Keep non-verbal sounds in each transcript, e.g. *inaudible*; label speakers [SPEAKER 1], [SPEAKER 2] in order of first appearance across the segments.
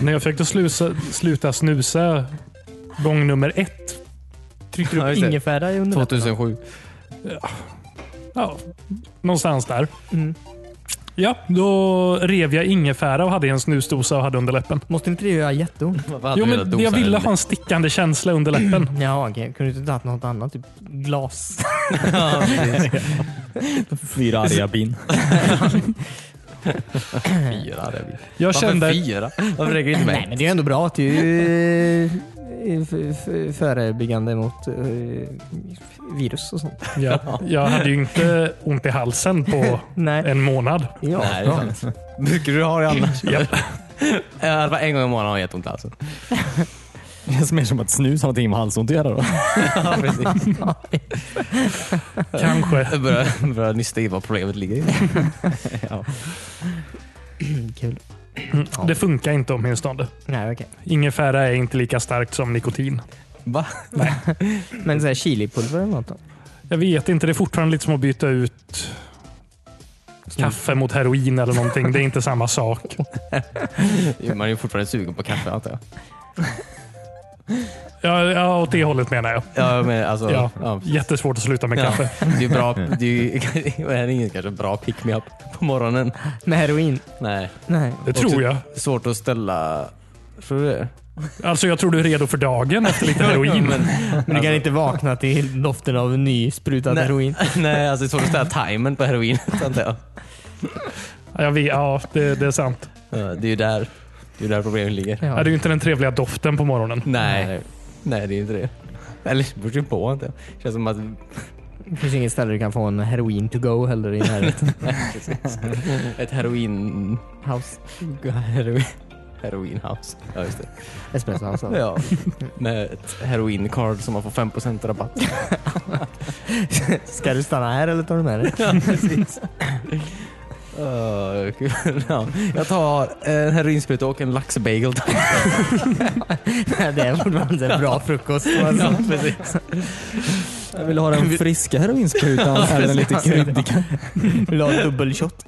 [SPEAKER 1] När jag försökte slusa, sluta snusa gång nummer ett.
[SPEAKER 2] Tryckte
[SPEAKER 3] Ja,
[SPEAKER 2] du upp
[SPEAKER 3] just det.
[SPEAKER 2] ingefära i underläppen?
[SPEAKER 3] 2007.
[SPEAKER 1] Ja, någonstans där.
[SPEAKER 2] Mm.
[SPEAKER 1] Ja, då rev jag ingefära och hade en snusdosa och hade under läppen.
[SPEAKER 2] Måste inte det göra jätteont?
[SPEAKER 3] Varför hade
[SPEAKER 1] Jo,
[SPEAKER 3] du den
[SPEAKER 1] men
[SPEAKER 3] dosan
[SPEAKER 1] jag ville
[SPEAKER 3] eller?
[SPEAKER 1] ha en stickande känsla under
[SPEAKER 3] *clears throat*
[SPEAKER 1] läppen.
[SPEAKER 2] Ja, okej. Kunde du inte tagit något annat? Typ glas?
[SPEAKER 4] Fyra arga bin.
[SPEAKER 3] Fyra hade jag vill.
[SPEAKER 1] Jag
[SPEAKER 3] Varför
[SPEAKER 1] kände...
[SPEAKER 3] fyra? Varför räcker det inte
[SPEAKER 2] *laughs* Nej,
[SPEAKER 3] med
[SPEAKER 2] men det är ändå bra att det är ju eh, f- f- förebyggande mot eh, virus och sånt.
[SPEAKER 1] Ja, jag hade ju inte ont i halsen på
[SPEAKER 2] Nej.
[SPEAKER 1] en
[SPEAKER 3] *laughs*
[SPEAKER 1] månad.
[SPEAKER 2] Ja,
[SPEAKER 3] Nej, det
[SPEAKER 2] bra.
[SPEAKER 3] är sant. Brukar du ha
[SPEAKER 1] *laughs*
[SPEAKER 3] det annars?
[SPEAKER 1] Japp.
[SPEAKER 3] Ja, det var en gång i månaden har jag
[SPEAKER 1] *laughs*
[SPEAKER 3] jätteont alltså.
[SPEAKER 4] Det känns mer som att snus har någonting med halsont att göra då.
[SPEAKER 3] Ja, precis.
[SPEAKER 1] Kanske.
[SPEAKER 3] Jag börjar, börjar nysta i vad problemet ligger i.
[SPEAKER 2] Mm, Kul. Ja.
[SPEAKER 1] Det funkar inte åtminstone.
[SPEAKER 2] Nej, okej.
[SPEAKER 1] Ingefära är inte lika starkt som nikotin.
[SPEAKER 3] Va?
[SPEAKER 2] Men så här chilipulver eller något då?
[SPEAKER 1] Jag vet inte, det är fortfarande lite som att byta ut
[SPEAKER 3] Mm.
[SPEAKER 1] kaffe mot heroin eller någonting. Det är inte samma sak.
[SPEAKER 3] Man är ju fortfarande sugen på kaffe antar jag.
[SPEAKER 1] Ja, ja åt det hållet menar jag.
[SPEAKER 3] Ja, men alltså.
[SPEAKER 1] Ja.
[SPEAKER 3] Ja.
[SPEAKER 1] Jättesvårt att sluta med
[SPEAKER 3] Ja.
[SPEAKER 1] kaffe.
[SPEAKER 3] Det är bra, det är ju *laughs* det är ingen kanske bra pick-me-up på morgonen.
[SPEAKER 2] Med heroin?
[SPEAKER 3] Nej.
[SPEAKER 2] Nej.
[SPEAKER 1] Det tror jag.
[SPEAKER 3] Svårt att ställa... Tror du det?
[SPEAKER 1] Alltså jag tror du är redo för dagen efter
[SPEAKER 2] *laughs*
[SPEAKER 1] lite heroin.
[SPEAKER 3] Men,
[SPEAKER 1] *laughs*
[SPEAKER 2] Men du kan inte vakna till doften av nysprutad
[SPEAKER 3] Alltså-
[SPEAKER 2] heroin?
[SPEAKER 3] Nej. nej, alltså det är svårt att ställa timern på heroinet *laughs* antar jag.
[SPEAKER 1] Ja, jag vet, ja det, det är sant.
[SPEAKER 3] Ja, Det är ju där, det är ju där problemet ligger.
[SPEAKER 1] Ja. Det är ju inte den trevliga doften på morgonen.
[SPEAKER 3] Nej. Nej, det är inte det. Eller det beror ju på antar jag. Det känns som att... *laughs*
[SPEAKER 2] Det finns inget ställe du kan få en heroin to go heller i närheten.
[SPEAKER 3] Ett heroin...
[SPEAKER 2] *laughs* House.
[SPEAKER 3] Heroin... Heroinhouse. Ja, just det.
[SPEAKER 2] Espresso house. alltså.
[SPEAKER 3] Ja, med ett heroin-card som man får 5% rabatt.
[SPEAKER 2] Ska du stanna här eller tar du med *laughs* dig?
[SPEAKER 3] *laughs* Ja, precis. Öh, kul. ja. Jag tar en heroinspruta och en laxbagel. tack.
[SPEAKER 2] Det är fortfarande en bra frukost. Alltså.
[SPEAKER 3] precis.
[SPEAKER 4] Jag vill *laughs* ha den friska heroinsprutan eller den lite kryddiga.
[SPEAKER 2] Vill du ha en dubbelshot?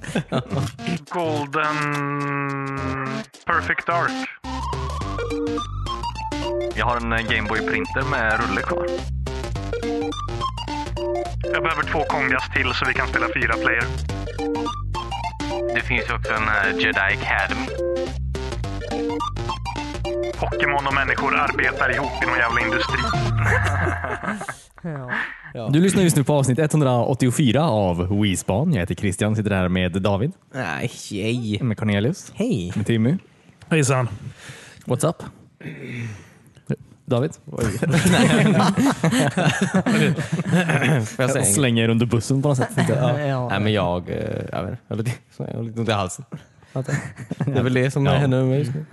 [SPEAKER 1] Golden Perfect Dark.
[SPEAKER 5] Jag har en eh, Gameboy-printer med rulle kvar.
[SPEAKER 1] Jag behöver två kongas till så vi kan spela fyra player.
[SPEAKER 5] Det finns ju också en eh, Jedi Academy.
[SPEAKER 1] Pokémon och människor arbetar ihop i någon jävla industri.
[SPEAKER 2] Ja.
[SPEAKER 4] Du lyssnar just nu på avsnitt 184 av WeSpan. Jag heter Christian, sitter här med David,
[SPEAKER 3] Nej, yay.
[SPEAKER 4] med Cornelius,
[SPEAKER 2] Hej!
[SPEAKER 4] med Timmy.
[SPEAKER 1] Hejsan.
[SPEAKER 4] What's up? David?
[SPEAKER 3] Får jag säga
[SPEAKER 4] Jag
[SPEAKER 3] en grej?
[SPEAKER 4] slänger under bussen på något sätt. *laughs* tänkte jag.
[SPEAKER 3] Nej, men jag... eh, Jag, vet, jag, har lite, jag har lite ont i halsen. Det är väl det som
[SPEAKER 4] Ja.
[SPEAKER 3] händer med mig just nu.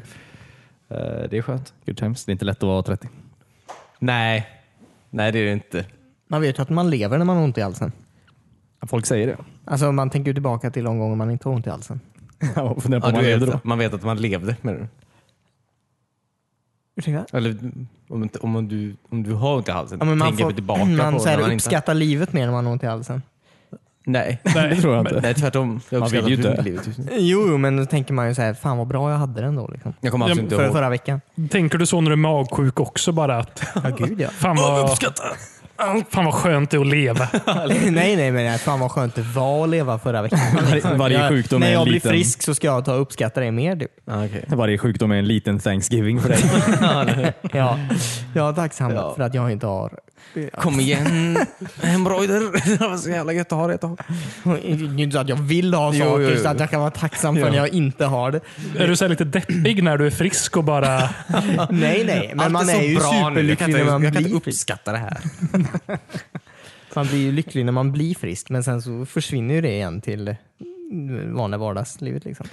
[SPEAKER 3] Eh, Det är skönt.
[SPEAKER 4] Good times. Det är inte lätt att vara 30.
[SPEAKER 3] Nej, nej det är det inte.
[SPEAKER 2] Man vet ju att man lever när man har ont i halsen.
[SPEAKER 4] Folk säger *laughs* det.
[SPEAKER 2] Alltså man tänker ju tillbaka till de gånger man inte har ont i halsen.
[SPEAKER 4] Jag funderar på
[SPEAKER 3] Ja,
[SPEAKER 4] om
[SPEAKER 3] du
[SPEAKER 4] man levde då.
[SPEAKER 3] vet, man vet att man levde med det.
[SPEAKER 2] Ursäkta?
[SPEAKER 3] Eller om, inte- om, du, om du har ont i halsen,
[SPEAKER 2] Ja, men man
[SPEAKER 3] tänker
[SPEAKER 2] får,
[SPEAKER 3] du tillbaka
[SPEAKER 2] man
[SPEAKER 3] på
[SPEAKER 2] så här,
[SPEAKER 3] när man inte...
[SPEAKER 2] uppskattar livet mer när man har ont i halsen.
[SPEAKER 3] Nej,
[SPEAKER 4] Det tror jag
[SPEAKER 3] nej
[SPEAKER 4] inte.
[SPEAKER 3] tvärtom. Jag
[SPEAKER 4] Man vill
[SPEAKER 3] uppskattar
[SPEAKER 4] ju
[SPEAKER 3] att du
[SPEAKER 4] dö.
[SPEAKER 3] livet just nu.
[SPEAKER 2] Jo, jo, men då tänker man ju så här, fan vad bra jag hade den då. Liksom.
[SPEAKER 3] Jag kommer
[SPEAKER 1] Ja,
[SPEAKER 3] absolut inte
[SPEAKER 2] För,
[SPEAKER 3] ihåg.
[SPEAKER 2] förra veckan.
[SPEAKER 1] Tänker du så när du är magsjuk också bara att
[SPEAKER 2] Ja, gud ja.
[SPEAKER 1] fan vad,
[SPEAKER 3] Uppskatta!
[SPEAKER 1] fan vad skönt det är att leva.
[SPEAKER 2] *laughs* nej, nej, men nej, fan vad skönt det var att leva förra
[SPEAKER 3] *laughs*
[SPEAKER 2] veckan.
[SPEAKER 4] Var, varje,
[SPEAKER 2] Jag-
[SPEAKER 4] sjukdom
[SPEAKER 2] när
[SPEAKER 4] är
[SPEAKER 2] jag
[SPEAKER 4] en
[SPEAKER 2] blir
[SPEAKER 4] liten,
[SPEAKER 2] frisk så ska jag ta och uppskatta det mer. Du.
[SPEAKER 3] Ah, okay.
[SPEAKER 4] varje sjukdom är en liten Thanksgiving *laughs* för dig.
[SPEAKER 2] *laughs* Ja, jag är tacksam
[SPEAKER 3] Ja.
[SPEAKER 2] för att jag inte har... *laughs*
[SPEAKER 3] Kom igen, hemorrojder. Det var så jävla gött att ha det ett tag.
[SPEAKER 2] *laughs* Det är inte så att jag vill ha
[SPEAKER 3] Jo,
[SPEAKER 2] saker,
[SPEAKER 3] jo, jo.
[SPEAKER 2] så att jag kan vara tacksam för när jag inte har det.
[SPEAKER 1] Är du så här lite deppig när du är frisk och bara
[SPEAKER 2] *laughs* Nej, nej, men
[SPEAKER 3] Allt
[SPEAKER 2] man
[SPEAKER 3] så
[SPEAKER 2] är ju
[SPEAKER 3] bra nu. Jag kan
[SPEAKER 2] superlycklig
[SPEAKER 3] inte-
[SPEAKER 2] när man
[SPEAKER 3] Jag kan
[SPEAKER 2] blir
[SPEAKER 3] inte
[SPEAKER 2] frisk.
[SPEAKER 3] uppskatta det här.
[SPEAKER 2] *laughs* Man blir ju lycklig när man blir frisk, men sen så försvinner ju det igen till mm, vanliga vardagslivet. Liksom.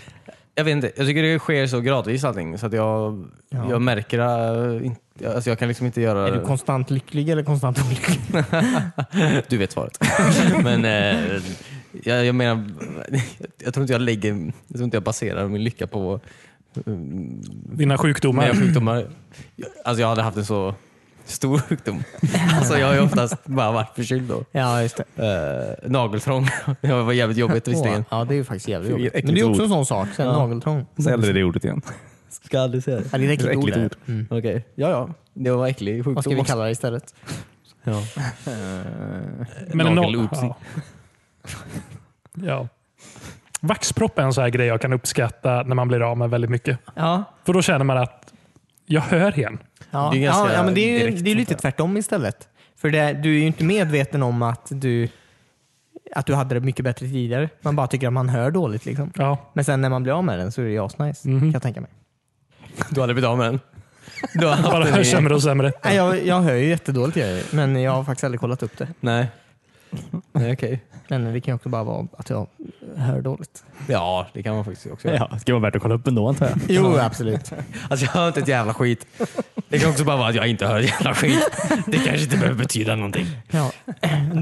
[SPEAKER 3] Jag vet inte, jag tycker det sker så gradvis allting så att jag,
[SPEAKER 2] Ja.
[SPEAKER 3] jag märker äh, inte, alltså jag kan liksom inte göra...
[SPEAKER 2] Är du konstant lycklig eller konstant olycklig?
[SPEAKER 3] *laughs* Du vet svaret. *laughs* Men eh, jag, jag menar, *laughs* jag tror inte jag lägger, jag tror inte jag baserar min lycka på
[SPEAKER 1] dina sjukdomar?
[SPEAKER 3] mina sjukdomar. Jag- Alltså jag hade haft en så stor sjukdom. Alltså jag har ju oftast bara varit förkyld då.
[SPEAKER 2] Ja, just det.
[SPEAKER 3] Eh, nageltrång, *laughs* det var jävligt jobbigt visserligen.
[SPEAKER 2] Ja, det är ju faktiskt jävligt
[SPEAKER 4] Vilket
[SPEAKER 2] jobbigt.
[SPEAKER 4] äckligt
[SPEAKER 2] Men det är också
[SPEAKER 4] ord.
[SPEAKER 2] en sån sak, så här, nageltrång.
[SPEAKER 4] Säg aldrig det ordet igen.
[SPEAKER 3] Ska aldrig säga det.
[SPEAKER 2] Ja, det är ett äckligt
[SPEAKER 4] Äckligt
[SPEAKER 2] ord.
[SPEAKER 4] ord.
[SPEAKER 2] Mm.
[SPEAKER 3] Okej, ja ja. Det var äcklig sjukdom.
[SPEAKER 2] Vad ska vi
[SPEAKER 3] också.
[SPEAKER 2] kalla det istället?
[SPEAKER 3] Ja.
[SPEAKER 1] Men en
[SPEAKER 3] Nagel
[SPEAKER 1] no-
[SPEAKER 3] oopsie.
[SPEAKER 1] ja. ja. Vaxpropp är en sån här grej jag kan uppskatta när man blir av med väldigt mycket.
[SPEAKER 2] Ja,
[SPEAKER 1] För då känner man att jag hör hen.
[SPEAKER 2] ja.
[SPEAKER 3] Det är ganska
[SPEAKER 2] ja, ja men det är ju
[SPEAKER 3] direkt
[SPEAKER 2] det är ju
[SPEAKER 3] sånt
[SPEAKER 2] lite
[SPEAKER 3] här.
[SPEAKER 2] tvärtom istället. För det, du är ju inte medveten om att du, att du hade det mycket bättre tidigare. Man bara tycker att man hör dåligt. Liksom.
[SPEAKER 1] Ja.
[SPEAKER 2] Men sen när man blir av med den så är det ju asnice,
[SPEAKER 1] Mhm.
[SPEAKER 2] kan jag tänka mig.
[SPEAKER 3] Du hade blivit av med den. Du har
[SPEAKER 1] *laughs* Bara
[SPEAKER 3] haft
[SPEAKER 1] hör
[SPEAKER 3] den i...
[SPEAKER 1] sämre och sämre.
[SPEAKER 2] Nej, jag, jag hör ju jättedåligt, jag, gör ju. men jag har faktiskt aldrig kollat upp det.
[SPEAKER 3] Nej. Nej, okej.
[SPEAKER 2] Men det kan ju också bara vara att jag hör dåligt.
[SPEAKER 3] Ja, det kan man faktiskt också göra.
[SPEAKER 4] Ja, det ska vara värt att kolla upp ändå antar jag.
[SPEAKER 2] Jo, absolut.
[SPEAKER 3] Alltså jag hör inte ett jävla skit. Det kan också bara vara att jag inte hör ett jävla skit. Det kanske inte behöver betyda någonting.
[SPEAKER 2] Ja.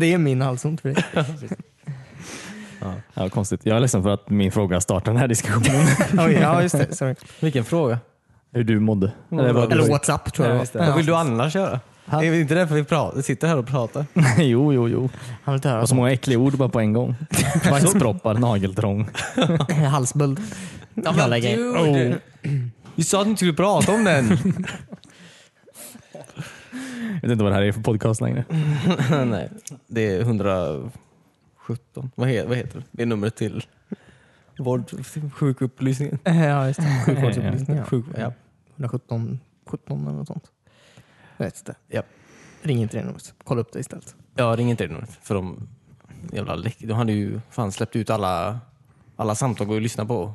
[SPEAKER 2] Det är min halsont för
[SPEAKER 3] *laughs*
[SPEAKER 2] dig.
[SPEAKER 4] *laughs* Ja, konstigt. Jag är ledsen för att min fråga startar den här *laughs* diskussionen.
[SPEAKER 2] Oj, ja, just det. Sorry.
[SPEAKER 3] Vilken fråga.
[SPEAKER 4] Hur du mådde. Eller vad du-
[SPEAKER 2] Eller Whatsapp tror jag
[SPEAKER 3] Ja,
[SPEAKER 2] var.
[SPEAKER 3] just det. Vad vill du annars göra?
[SPEAKER 4] Ha?
[SPEAKER 3] Är det inte därför vi pratar, sitter här och pratar?
[SPEAKER 4] *laughs* jo, jo, jo.
[SPEAKER 2] Han vill inte höra
[SPEAKER 4] Och så många äckliga ord bara på en *laughs* gång. Vaxproppar, nageltrång.
[SPEAKER 2] *laughs* halsböld. Jag lägger in.
[SPEAKER 1] Oh.
[SPEAKER 3] Vi sa att vi inte skulle prata om den.
[SPEAKER 4] Jag vet inte vad det här är för podcast längre.
[SPEAKER 3] *laughs* Nej, det är 117. Vad, he, vad heter det? Det är numret till vård, sjukupplysningen.
[SPEAKER 2] Ja,
[SPEAKER 3] *laughs*
[SPEAKER 2] just det. Sjukvårdsupplysning. Ja.
[SPEAKER 3] Sjuk, ja.
[SPEAKER 2] 117 17 eller något sånt. Jag vet inte.
[SPEAKER 3] Ja.
[SPEAKER 2] Ring inte det numret. Kolla upp det istället.
[SPEAKER 3] ja, ring inte det numret. För de, jävla, läck- de hade ju fan släppt ut alla, alla samtal går ju att lyssna på.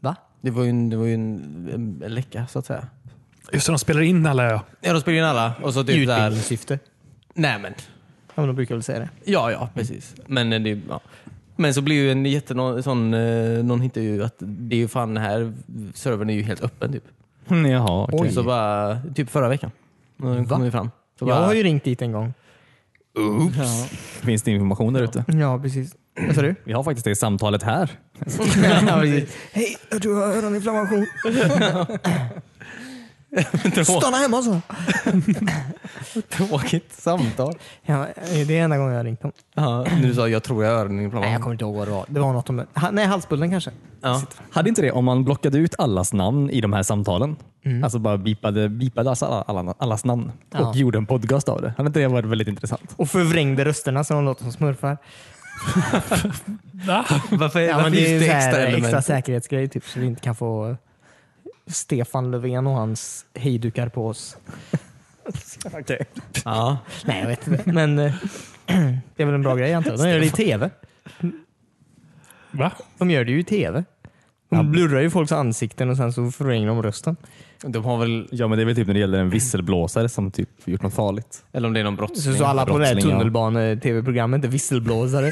[SPEAKER 2] Va?
[SPEAKER 3] Det var ju en, det var ju en, en, en läcka så att säga.
[SPEAKER 1] Just det, de spelar in alla. Ja.
[SPEAKER 3] Ja, de spelade in alla och så
[SPEAKER 2] I
[SPEAKER 3] typ där.
[SPEAKER 2] utbildningssyfte.
[SPEAKER 3] Nej men,
[SPEAKER 2] Ja, men de brukar väl säga det.
[SPEAKER 3] ja ja precis. Men, eh, det, ja. men så blir ju en jätte, någon, sån, eh, någon hittar ju att det är ju fan här, servern är ju helt öppen typ.
[SPEAKER 4] Mm, Jaha, okej.
[SPEAKER 3] Så bara, typ förra veckan. Då kom det fram.
[SPEAKER 2] Jag
[SPEAKER 3] Så bara, *laughs*
[SPEAKER 2] har ju ringt dit en gång.
[SPEAKER 4] Finns det information där ute?
[SPEAKER 2] Ja, precis. Vad sa du?
[SPEAKER 4] Vi har faktiskt det samtalet här.
[SPEAKER 2] *laughs* Ja, precis. Hej, jag tror jag har *laughs* öroninflammation. Stanna hemma så.
[SPEAKER 3] Tråkigt samtal.
[SPEAKER 2] Ja, det är enda gången jag har ringt dem.
[SPEAKER 3] Ja, nu sa jag tror jag har
[SPEAKER 2] Nej, jag
[SPEAKER 3] öroninflammation.
[SPEAKER 2] kommer inte ihåg vad det var. Det var något om... Ha, nej, halsbulden kanske.
[SPEAKER 3] Ja.
[SPEAKER 4] Hade inte det om man blockade ut allas namn i de här samtalen? Alltså bara bipade, bipade alltså alla, alla, allas namn
[SPEAKER 2] Ja.
[SPEAKER 4] och gjorde en podcast av det. Hade inte det varit väldigt intressant?
[SPEAKER 2] Och förvrängde rösterna så de låter som smurfar.
[SPEAKER 1] Va?
[SPEAKER 3] Varför,
[SPEAKER 2] Ja,
[SPEAKER 3] varför
[SPEAKER 2] men det är
[SPEAKER 3] just
[SPEAKER 2] ju
[SPEAKER 3] det
[SPEAKER 2] extra,
[SPEAKER 3] extra
[SPEAKER 2] extra
[SPEAKER 3] element?
[SPEAKER 2] säkerhetsgrej typ, så vi inte kan få Stefan Löfven och hans hejdukar på oss.
[SPEAKER 4] Okej.
[SPEAKER 3] Ja.
[SPEAKER 2] Nej, jag vet inte. Men eh, *clears throat* det är väl en bra grej antar jag. De gör det i tv.
[SPEAKER 1] Va?
[SPEAKER 2] De gör det ju i tv. De blurrar ju folks ansikten och sen så förvränger de rösten.
[SPEAKER 3] De har väl,
[SPEAKER 4] Ja men det är väl typ när det gäller en visselblåsare som typ gjort något farligt.
[SPEAKER 3] eller om det är någon brottsling.
[SPEAKER 2] Så, så alla på det här
[SPEAKER 4] Brottslingar.
[SPEAKER 2] tunnelbane-tv-programmet är visselblåsare.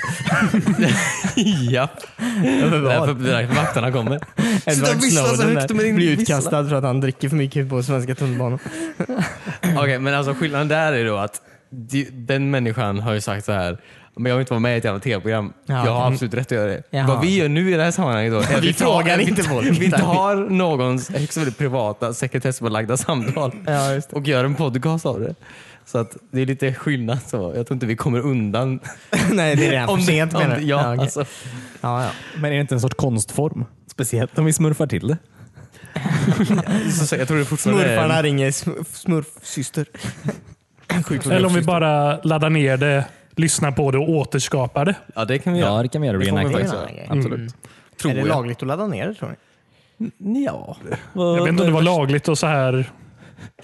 [SPEAKER 3] *laughs*
[SPEAKER 2] *laughs*
[SPEAKER 3] ja. Därför direkt vakterna kommer. Sitta och
[SPEAKER 2] Edward
[SPEAKER 3] vissla så
[SPEAKER 2] Snowden
[SPEAKER 3] högt med
[SPEAKER 2] där
[SPEAKER 3] din
[SPEAKER 2] blir
[SPEAKER 3] vissla.
[SPEAKER 2] utkastad för att han dricker för mycket på svenska tunnelbanor.
[SPEAKER 3] Okej, men alltså skillnaden där är då att de- den människan har ju sagt så här men jag vill inte vara med i ett jävla tv-program.
[SPEAKER 2] Ja.
[SPEAKER 3] jag har absolut rätt att göra det.
[SPEAKER 2] Jaha.
[SPEAKER 3] Vad vi gör nu i det här sammanhanget då, är att
[SPEAKER 2] Vi
[SPEAKER 3] tar-
[SPEAKER 2] frågar inte
[SPEAKER 3] vi,
[SPEAKER 2] folk.
[SPEAKER 3] Vi tar någons högst väldigt privata sekretessbelagda samtal
[SPEAKER 2] Ja, just det.
[SPEAKER 3] och gör en podcast av det. Så att det är lite skillnad så. Jag tror inte vi kommer undan.
[SPEAKER 2] *laughs* Nej, det är redan för sent menar
[SPEAKER 3] det-
[SPEAKER 2] du?
[SPEAKER 3] ja,
[SPEAKER 2] okej.
[SPEAKER 3] alltså,
[SPEAKER 2] ja, ja.
[SPEAKER 4] Men är det inte en sorts konstform? Speciellt om vi smurfar till det.
[SPEAKER 3] så, så, Jag tror det fortfarande
[SPEAKER 2] Smurfarna
[SPEAKER 3] är...
[SPEAKER 2] ringer smurf- *laughs* smurfsyster.
[SPEAKER 1] Eller om vi bara laddar ner det, lyssnar på det och återskapar det.
[SPEAKER 3] Ja, det kan vi göra.
[SPEAKER 4] Ja, Mm. det kan vi göra.
[SPEAKER 3] Det får man
[SPEAKER 4] Reenacta.
[SPEAKER 3] faktiskt
[SPEAKER 2] göra.
[SPEAKER 4] Absolut.
[SPEAKER 3] Tror
[SPEAKER 2] är det
[SPEAKER 3] jag.
[SPEAKER 2] lagligt att ladda ner det tror ni?
[SPEAKER 3] Ja.
[SPEAKER 1] Jag vet inte om det var lagligt att så här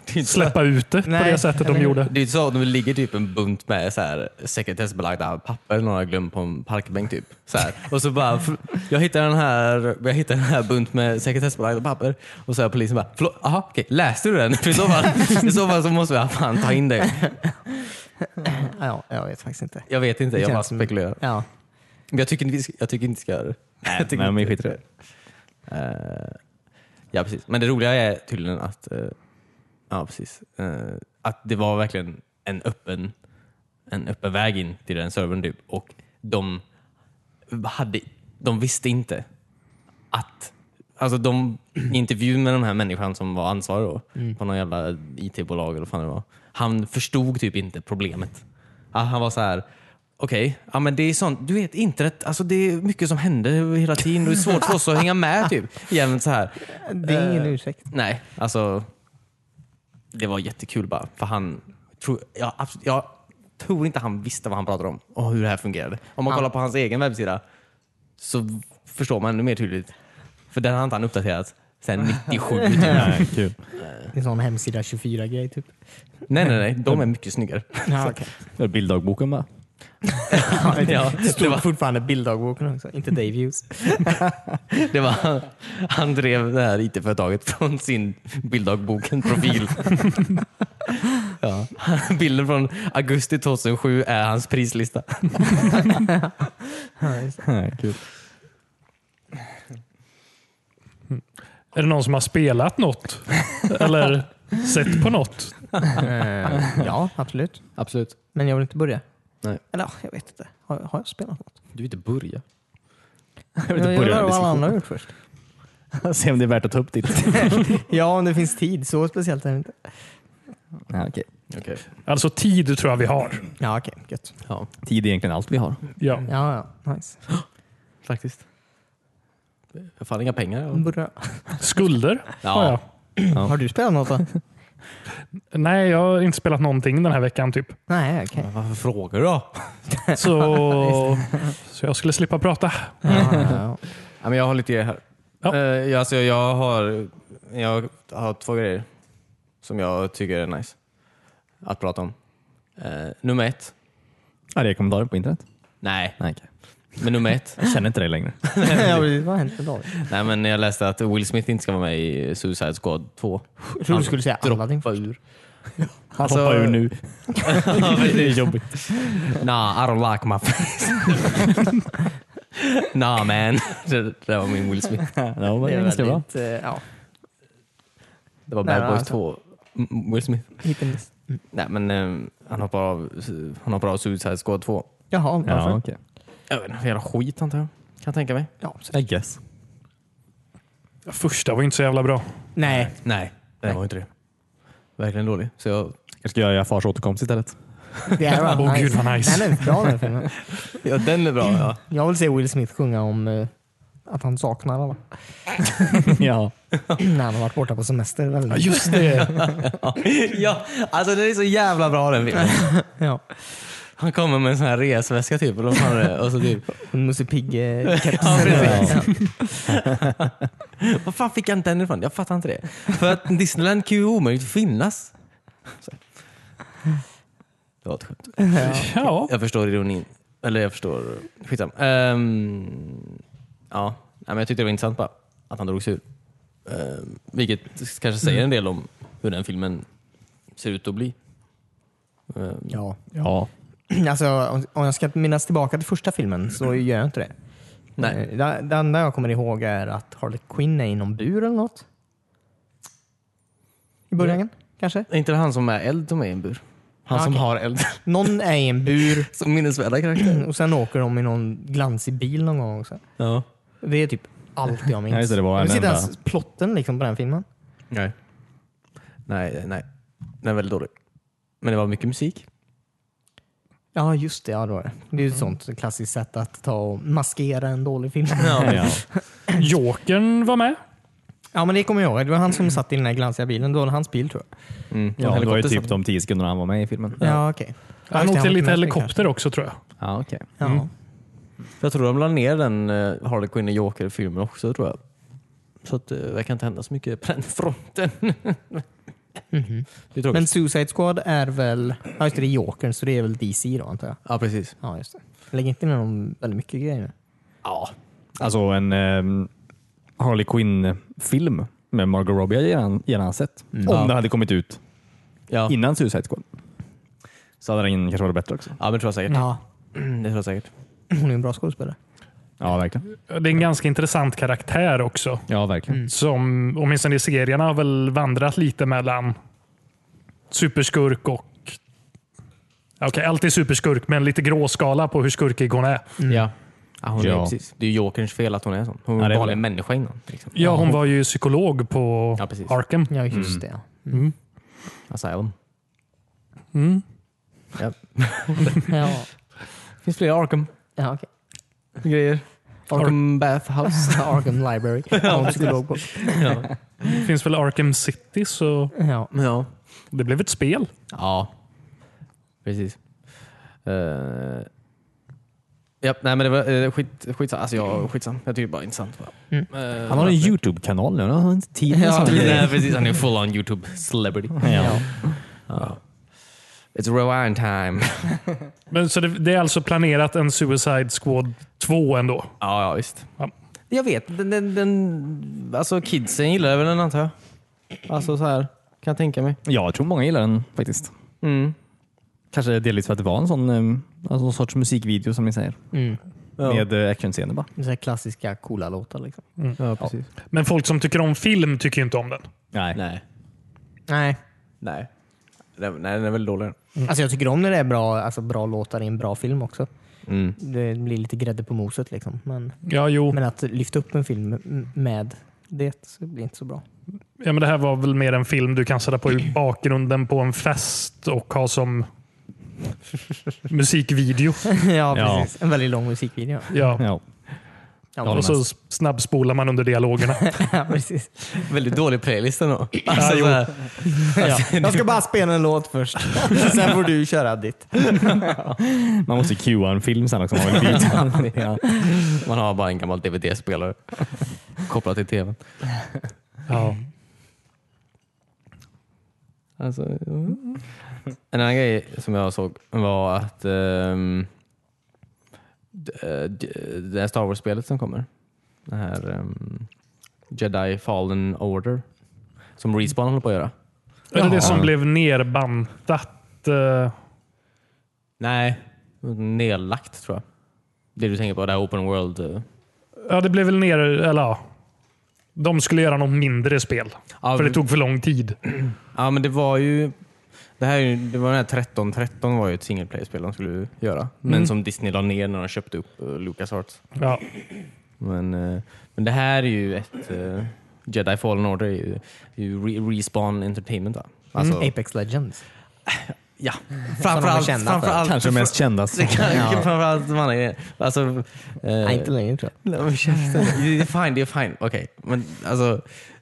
[SPEAKER 3] Det är inte så-
[SPEAKER 1] släppa ut det på
[SPEAKER 2] Nej,
[SPEAKER 1] det sättet de
[SPEAKER 2] eller-
[SPEAKER 1] gjorde.
[SPEAKER 3] Det är ju så att det ligger typ en bunt med så här, sekretessbelagda papper eller någon har glömt på en parkbänk. Typ. Så här. Och så bara, fr- jag hittar den här, jag hittar den här bunt med sekretessbelagda papper och så är polisen bara, förlåt, aha, okej, läste du den? *laughs* För i så fall, i så, fall så måste vi fan ta in det.
[SPEAKER 2] Ja, jag vet faktiskt inte.
[SPEAKER 3] Jag vet inte,
[SPEAKER 2] Det
[SPEAKER 3] jag bara
[SPEAKER 2] känns som-
[SPEAKER 3] spekulerar.
[SPEAKER 2] Ja.
[SPEAKER 3] Men jag tycker inte vi ska, jag tycker inte vi ska göra det. *laughs* Jag tycker
[SPEAKER 4] Nej, men vi
[SPEAKER 3] inte-
[SPEAKER 4] skiter i
[SPEAKER 3] Eh, ja, precis. Men det roliga är tydligen att, eh, ja, precis, Eh, att det var verkligen en öppen, en öppen väg in till den servern typ. och de, hade, de visste inte att Alltså de *clears throat* i intervjun med den här människan som var ansvarig då, på någon jävla IT-bolag eller vad fan det var. Han förstod typ inte problemet. Ah, Han var så här, Okej, ja men det är sånt. Du vet internet, alltså det är mycket som händer hela tiden och det är svårt för oss att hänga med typ. Jämt så här.
[SPEAKER 2] Det är ingen
[SPEAKER 3] Eh,
[SPEAKER 2] ursäkt.
[SPEAKER 3] Nej, alltså. Det var jättekul bara. För han, tror, jag, absolut, jag tror inte han visste vad han pratade om och hur det här fungerade. Om man
[SPEAKER 2] Han-
[SPEAKER 3] kollar på hans egen webbsida så förstår man ännu mer tydligt. För den har inte han uppdaterat sedan 97. typ. nej,
[SPEAKER 4] *laughs* Nej, kul.
[SPEAKER 2] En sån hemsida 24-grej typ.
[SPEAKER 3] nej, nej. De är mycket snyggare.
[SPEAKER 2] Ja, *laughs* okay.
[SPEAKER 4] Det är Bilddagboken bara.
[SPEAKER 3] ja,
[SPEAKER 2] Det stod fortfarande bilddagboken också, *laughs* inte Dayviews.
[SPEAKER 3] Det var, han drev det här IT-företaget från sin Bilddagboken-profil. ja. Bilden från augusti 2007 är hans prislista.
[SPEAKER 4] Nej, kul.
[SPEAKER 1] Är det någon som har spelat något? Eller sett på något?
[SPEAKER 2] ja, absolut.
[SPEAKER 4] Absolut.
[SPEAKER 2] Men jag vill inte börja.
[SPEAKER 3] Nej.
[SPEAKER 2] Eller ja, jag vet inte. Har, har jag spelat något?
[SPEAKER 4] Du vill inte börja. Jag
[SPEAKER 2] Jag
[SPEAKER 4] vill inte
[SPEAKER 2] vill
[SPEAKER 4] börja
[SPEAKER 2] höra
[SPEAKER 4] den
[SPEAKER 2] vad alla andra har
[SPEAKER 4] diskussionen.
[SPEAKER 2] gjort först.
[SPEAKER 4] *laughs* Se om det är värt att ta upp *laughs* ditt.
[SPEAKER 2] Ja, om det finns tid. Så speciellt är det inte.
[SPEAKER 4] ja, okej.
[SPEAKER 3] Okay.
[SPEAKER 1] Alltså tid tror jag vi har.
[SPEAKER 2] Ja, okej. Gött.
[SPEAKER 3] Ja,
[SPEAKER 4] Tid är egentligen allt vi har.
[SPEAKER 1] Ja.
[SPEAKER 2] Ja, ja. Nice.
[SPEAKER 3] faktiskt. Jag har fan inga pengar.
[SPEAKER 2] Bra.
[SPEAKER 1] Skulder har jag.
[SPEAKER 2] Har du spelat något då?
[SPEAKER 1] Nej, jag har inte spelat någonting den här veckan typ.
[SPEAKER 2] Nej, okej.
[SPEAKER 3] Men Varför frågar du då?
[SPEAKER 1] Så, så jag skulle slippa prata.
[SPEAKER 2] Ja,
[SPEAKER 1] *laughs*
[SPEAKER 2] ja, ja.
[SPEAKER 3] Ja, men jag har lite grejer här.
[SPEAKER 1] Ja.
[SPEAKER 3] Eh, jag, alltså, jag, har, jag har två grejer som jag tycker är nice att prata om. Eh, nummer ett.
[SPEAKER 4] Ja, det är kommentarer på internet.
[SPEAKER 3] Nej,
[SPEAKER 4] Nej, okej.
[SPEAKER 3] men nummer ett.
[SPEAKER 4] Jag känner inte dig längre.
[SPEAKER 2] Ja, precis. Vad har hänt med David?
[SPEAKER 3] Nej, men jag läste att Will Smith inte ska vara med i Suicide Squad 2.
[SPEAKER 2] Jag trodde du skulle säga Aladdin.
[SPEAKER 3] Droppa ur.
[SPEAKER 4] Alltså, Hoppa ur nu. det är jobbigt.
[SPEAKER 3] *laughs* Nah, I don't like my face. *laughs* nah man. Det, det där var min Will Smith.
[SPEAKER 4] *laughs* Ja, det var ganska bra.
[SPEAKER 2] eh, ja,
[SPEAKER 3] Det var
[SPEAKER 2] Nej,
[SPEAKER 3] Bad Boys
[SPEAKER 2] alltså.
[SPEAKER 3] 2. Mm, Will Smith.
[SPEAKER 2] hit and miss.
[SPEAKER 3] Nej, men eh, han hoppar av, han hoppar av Suicide Squad 2.
[SPEAKER 2] Jaha, varför?
[SPEAKER 4] Ja,
[SPEAKER 2] Ja,
[SPEAKER 4] okej.
[SPEAKER 3] Jag vet inte, jävla skit antar jag. Kan jag tänka mig.
[SPEAKER 2] så-
[SPEAKER 4] I guess.
[SPEAKER 1] Första var inte så jävla bra.
[SPEAKER 2] Nej.
[SPEAKER 3] Nej, det var inte det. Verkligen dålig. Så jag,
[SPEAKER 4] Jag ska göra Fars återkomst *laughs* istället.
[SPEAKER 2] Det är bra.
[SPEAKER 1] Åh, gud, vad nice.
[SPEAKER 2] Den är bra den filmen.
[SPEAKER 3] ja, den är bra. Ja.
[SPEAKER 2] Jag vill se Will Smith sjunga om eh, att han saknar alla.
[SPEAKER 4] ja.
[SPEAKER 2] När han har varit borta på semester väldigt
[SPEAKER 1] Ja,
[SPEAKER 2] mycket.
[SPEAKER 1] just det.
[SPEAKER 3] *laughs* ja, alltså den är så jävla bra den filmen.
[SPEAKER 2] Ja.
[SPEAKER 3] Han kommer med en sån här resväska typ. Eller vad fan är det? Och så typ
[SPEAKER 2] En Musse eh, Pigg-keps.
[SPEAKER 3] Ja, precis. Var fan fick han den ifrån? Jag fattar inte det. För att Disneyland kan ju omöjligt finnas. Så. Det var ett skämt.
[SPEAKER 1] Ja.
[SPEAKER 3] Jag förstår ironin. Eller jag förstår... Skitsamma. Ehm, ja. Nej, men jag tyckte det var intressant bara. Att han drogs ur. Ehm, vilket kanske säger en del om hur den filmen ser ut att bli. Ehm,
[SPEAKER 2] Ja.
[SPEAKER 4] ja.
[SPEAKER 2] *clears throat* Alltså, om- om jag ska minnas tillbaka till första filmen så gör jag inte det.
[SPEAKER 3] Nej.
[SPEAKER 2] Eh, Det, det enda jag kommer ihåg är att Harley Quinn är i någon bur eller något. I början kanske? Ah,
[SPEAKER 3] Är inte det han som är eld som är i en bur? Han som
[SPEAKER 2] Okej.
[SPEAKER 3] har eld.
[SPEAKER 2] *laughs* Någon är i en bur
[SPEAKER 3] Ah, Som minnesvärda karaktär.
[SPEAKER 2] och sen åker de i någon glansig bil någon gång också.
[SPEAKER 3] Ja.
[SPEAKER 2] Det är typ allt jag minns.
[SPEAKER 4] Ja, just det, det var
[SPEAKER 2] jag
[SPEAKER 4] en
[SPEAKER 2] minns inte
[SPEAKER 4] enda.
[SPEAKER 2] ens plotten liksom på den filmen.
[SPEAKER 3] Nej. Nej, nej. Den är väldigt dålig. Men det var mycket musik.
[SPEAKER 2] Ja, just det. Ja, det var det. Det är ju ett sånt klassiskt sätt att ta och maskera en dålig film. *laughs* Ja.
[SPEAKER 4] ja.
[SPEAKER 1] Jokern var med.
[SPEAKER 2] men det kommer jag ihåg. Det var han som satt i den där glansiga bilen. Det var hans bil tror jag.
[SPEAKER 3] Mm.
[SPEAKER 4] ja det var ju
[SPEAKER 3] Helikopter
[SPEAKER 4] typ de tio sekunderna han var med i filmen.
[SPEAKER 2] Ja, okej. Ja,
[SPEAKER 1] Han
[SPEAKER 2] just det,
[SPEAKER 1] åkte
[SPEAKER 2] var
[SPEAKER 1] lite
[SPEAKER 2] med kanske.
[SPEAKER 1] helikopter också tror jag.
[SPEAKER 4] Ja, okej.
[SPEAKER 2] Ja.
[SPEAKER 3] satt- Jag tror de la ner den eh, Harley Quinn och Joker-filmen också tror jag. Så att eh, det verkar inte hända så mycket på den *laughs* fronten. det är
[SPEAKER 2] Men
[SPEAKER 3] tråkigt.
[SPEAKER 2] Suicide Squad är väl... Ja, just det. Det är Jokern, så det är väl DC då antar jag.
[SPEAKER 3] Ja, precis.
[SPEAKER 2] Ja, just det. Lägg inte ner dem väldigt mycket grejer nu.
[SPEAKER 3] Ja.
[SPEAKER 4] Alltså en ehm, Harley Quinn-film med Margot Robbie hade jag gärna, gärna sett. Om
[SPEAKER 3] Ja.
[SPEAKER 4] den hade kommit ut
[SPEAKER 3] Ja.
[SPEAKER 4] innan Suicide Squad. Så hade den kanske varit bättre också.
[SPEAKER 3] ja, men det tror jag säkert.
[SPEAKER 2] Ja.
[SPEAKER 3] Mm, Det tror jag säkert.
[SPEAKER 2] Hon är en bra skådespelare.
[SPEAKER 4] Ja, verkligen.
[SPEAKER 1] Det är en ganska intressant karaktär också.
[SPEAKER 4] Ja, verkligen.
[SPEAKER 1] Mm. Som åtminstone i serierna har väl vandrat lite mellan superskurk och Okej, alltid superskurk, men lite gråskala på hur skurkig hon är.
[SPEAKER 3] Ja. hon Är,
[SPEAKER 4] Ja.
[SPEAKER 3] precis. Det är ju Jokerns fel att hon är sån. Hon
[SPEAKER 4] Ja,
[SPEAKER 3] var
[SPEAKER 4] det
[SPEAKER 3] en
[SPEAKER 4] är
[SPEAKER 3] vanlig
[SPEAKER 4] det.
[SPEAKER 3] människa innan. Liksom.
[SPEAKER 1] Ja, hon var ju psykolog på
[SPEAKER 3] Ja, precis.
[SPEAKER 1] Arkham.
[SPEAKER 2] Ja, just
[SPEAKER 3] Mm.
[SPEAKER 2] det. Ja.
[SPEAKER 3] Alltså, Asylum.
[SPEAKER 1] Mm.
[SPEAKER 3] Ja.
[SPEAKER 2] Ja.
[SPEAKER 3] finns flera Arkham-grejer.
[SPEAKER 2] Ja, okej.
[SPEAKER 3] Arkham Bathhouse.
[SPEAKER 2] Arkham Library. Ja, en psykolog på.
[SPEAKER 3] ja.
[SPEAKER 1] Det finns väl Arkham City, så
[SPEAKER 2] Ja.
[SPEAKER 3] ja.
[SPEAKER 1] det blev ett spel.
[SPEAKER 3] Ja, precis. Eh, ja, nej men det var uh, skit, skitsam. Alltså jag, skitsam. Jag tycker bara det är intressant. Bara. Eh,
[SPEAKER 4] Han har en YouTube-kanal nu. Han har inte tid med
[SPEAKER 2] Ja,
[SPEAKER 4] sånt.
[SPEAKER 3] nej, precis. Han är full on YouTube celebrity.
[SPEAKER 4] Ja.
[SPEAKER 3] It's rewind time.
[SPEAKER 1] Men, så det, det är alltså planerat en Suicide Squad 2 ändå?
[SPEAKER 3] ja, ja visst.
[SPEAKER 1] Ja.
[SPEAKER 3] Jag vet, den, den, den, alltså kidsen gillar väl den antar jag. Alltså så här kan jag tänka mig.
[SPEAKER 4] Jag tror många gillar den faktiskt.
[SPEAKER 3] Mm.
[SPEAKER 4] Kanske delvis för att det var en sån eh, alltså någon sorts musikvideo som ni säger.
[SPEAKER 2] Mm.
[SPEAKER 4] Med eh, actionscener bara.
[SPEAKER 2] Så här klassiska coola låtar liksom.
[SPEAKER 3] Ja, precis.
[SPEAKER 1] Men folk som tycker om film tycker ju inte om den.
[SPEAKER 4] Nej.
[SPEAKER 3] Nej.
[SPEAKER 2] Nej.
[SPEAKER 3] Nej. Den, nej, den är väl dålig.
[SPEAKER 2] Alltså jag tycker om när det är bra, alltså bra låtar i en bra film också.
[SPEAKER 3] Mm.
[SPEAKER 2] Det blir lite grädde på moset liksom. Men,
[SPEAKER 1] Ja, jo.
[SPEAKER 2] men att lyfta upp en film m- med det så blir inte så bra.
[SPEAKER 1] Ja, men det här var väl mer en film du kan sätta på i bakgrunden på en fest och ha som musikvideo.
[SPEAKER 2] ja,
[SPEAKER 4] Ja.
[SPEAKER 2] precis. En väldigt lång musikvideo.
[SPEAKER 1] Ja.
[SPEAKER 4] Ja.
[SPEAKER 2] Ja,
[SPEAKER 4] håller
[SPEAKER 1] Och så snabbspolar man under dialogerna.
[SPEAKER 2] *laughs* ja, precis.
[SPEAKER 3] Väldigt dålig playlist *laughs* ändå.
[SPEAKER 1] Ja,
[SPEAKER 3] Alltså,
[SPEAKER 1] jo.
[SPEAKER 3] så här,
[SPEAKER 2] Ja. Jag ska bara spela en låt först. Sen får du köra ditt.
[SPEAKER 4] *laughs* Man måste cuea en film sen också. om Man vill byta. ja.
[SPEAKER 3] Man har bara en gammal *laughs* DVD-spelare kopplad till tvn.
[SPEAKER 1] Ja.
[SPEAKER 3] Alltså, mm. En annan grej som jag såg var att ehm, d- eh, d- det här Star Wars-spelet som kommer, det här ehm, Jedi Fallen Order, som Respawn håller på att göra.
[SPEAKER 1] Är det
[SPEAKER 4] Ja.
[SPEAKER 1] det som blev nerbantat? eh,
[SPEAKER 3] Nej, nedlagt tror jag. Det du tänker på, det här Open World. eh.
[SPEAKER 1] Ja, det blev väl ner... Eller ja. De skulle göra något mindre spel.
[SPEAKER 3] Ja,
[SPEAKER 1] För det tog för lång tid.
[SPEAKER 3] ja, men det var ju det, här, är ju- det var den här 13 13 var ju ett single player-spel de skulle göra, men som Disney la ner när de köpte upp eh, LucasArts.
[SPEAKER 1] Ja.
[SPEAKER 3] Men, eh, men det här är ju ett... eh, Jedi Fallen Order är ju, är ju Re- Respawn Entertainment va? Alltså,
[SPEAKER 2] Apex Legends.
[SPEAKER 3] ja.
[SPEAKER 2] Som de är kända
[SPEAKER 3] Mm. framförallt,
[SPEAKER 4] Kanske
[SPEAKER 3] *laughs*
[SPEAKER 4] mest kända. som-
[SPEAKER 3] ja. framförallt de andra grejerna. Alltså, eh,
[SPEAKER 2] Nej, inte längre tror jag.
[SPEAKER 3] nej, men käften. Det är fine, det är fine. Okej, men alltså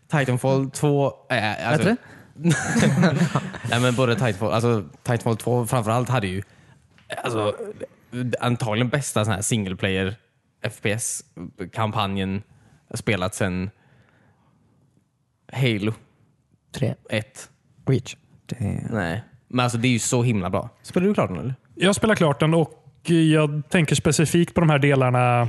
[SPEAKER 3] Titanfall 2... Äh, alltså,
[SPEAKER 2] Bättre?
[SPEAKER 3] *laughs* nej men både Titanfall, alltså Titanfall 2 framförallt hade ju alltså, antagligen bästa sån här single player FPS-kampanjen spelat sedan Halo
[SPEAKER 2] Tre.
[SPEAKER 3] 1.
[SPEAKER 2] Reach.
[SPEAKER 3] Nej. Men alltså det är ju så himla bra. Spelar du klart den eller?
[SPEAKER 1] Jag spelar klart den och jag tänker specifikt på de här delarna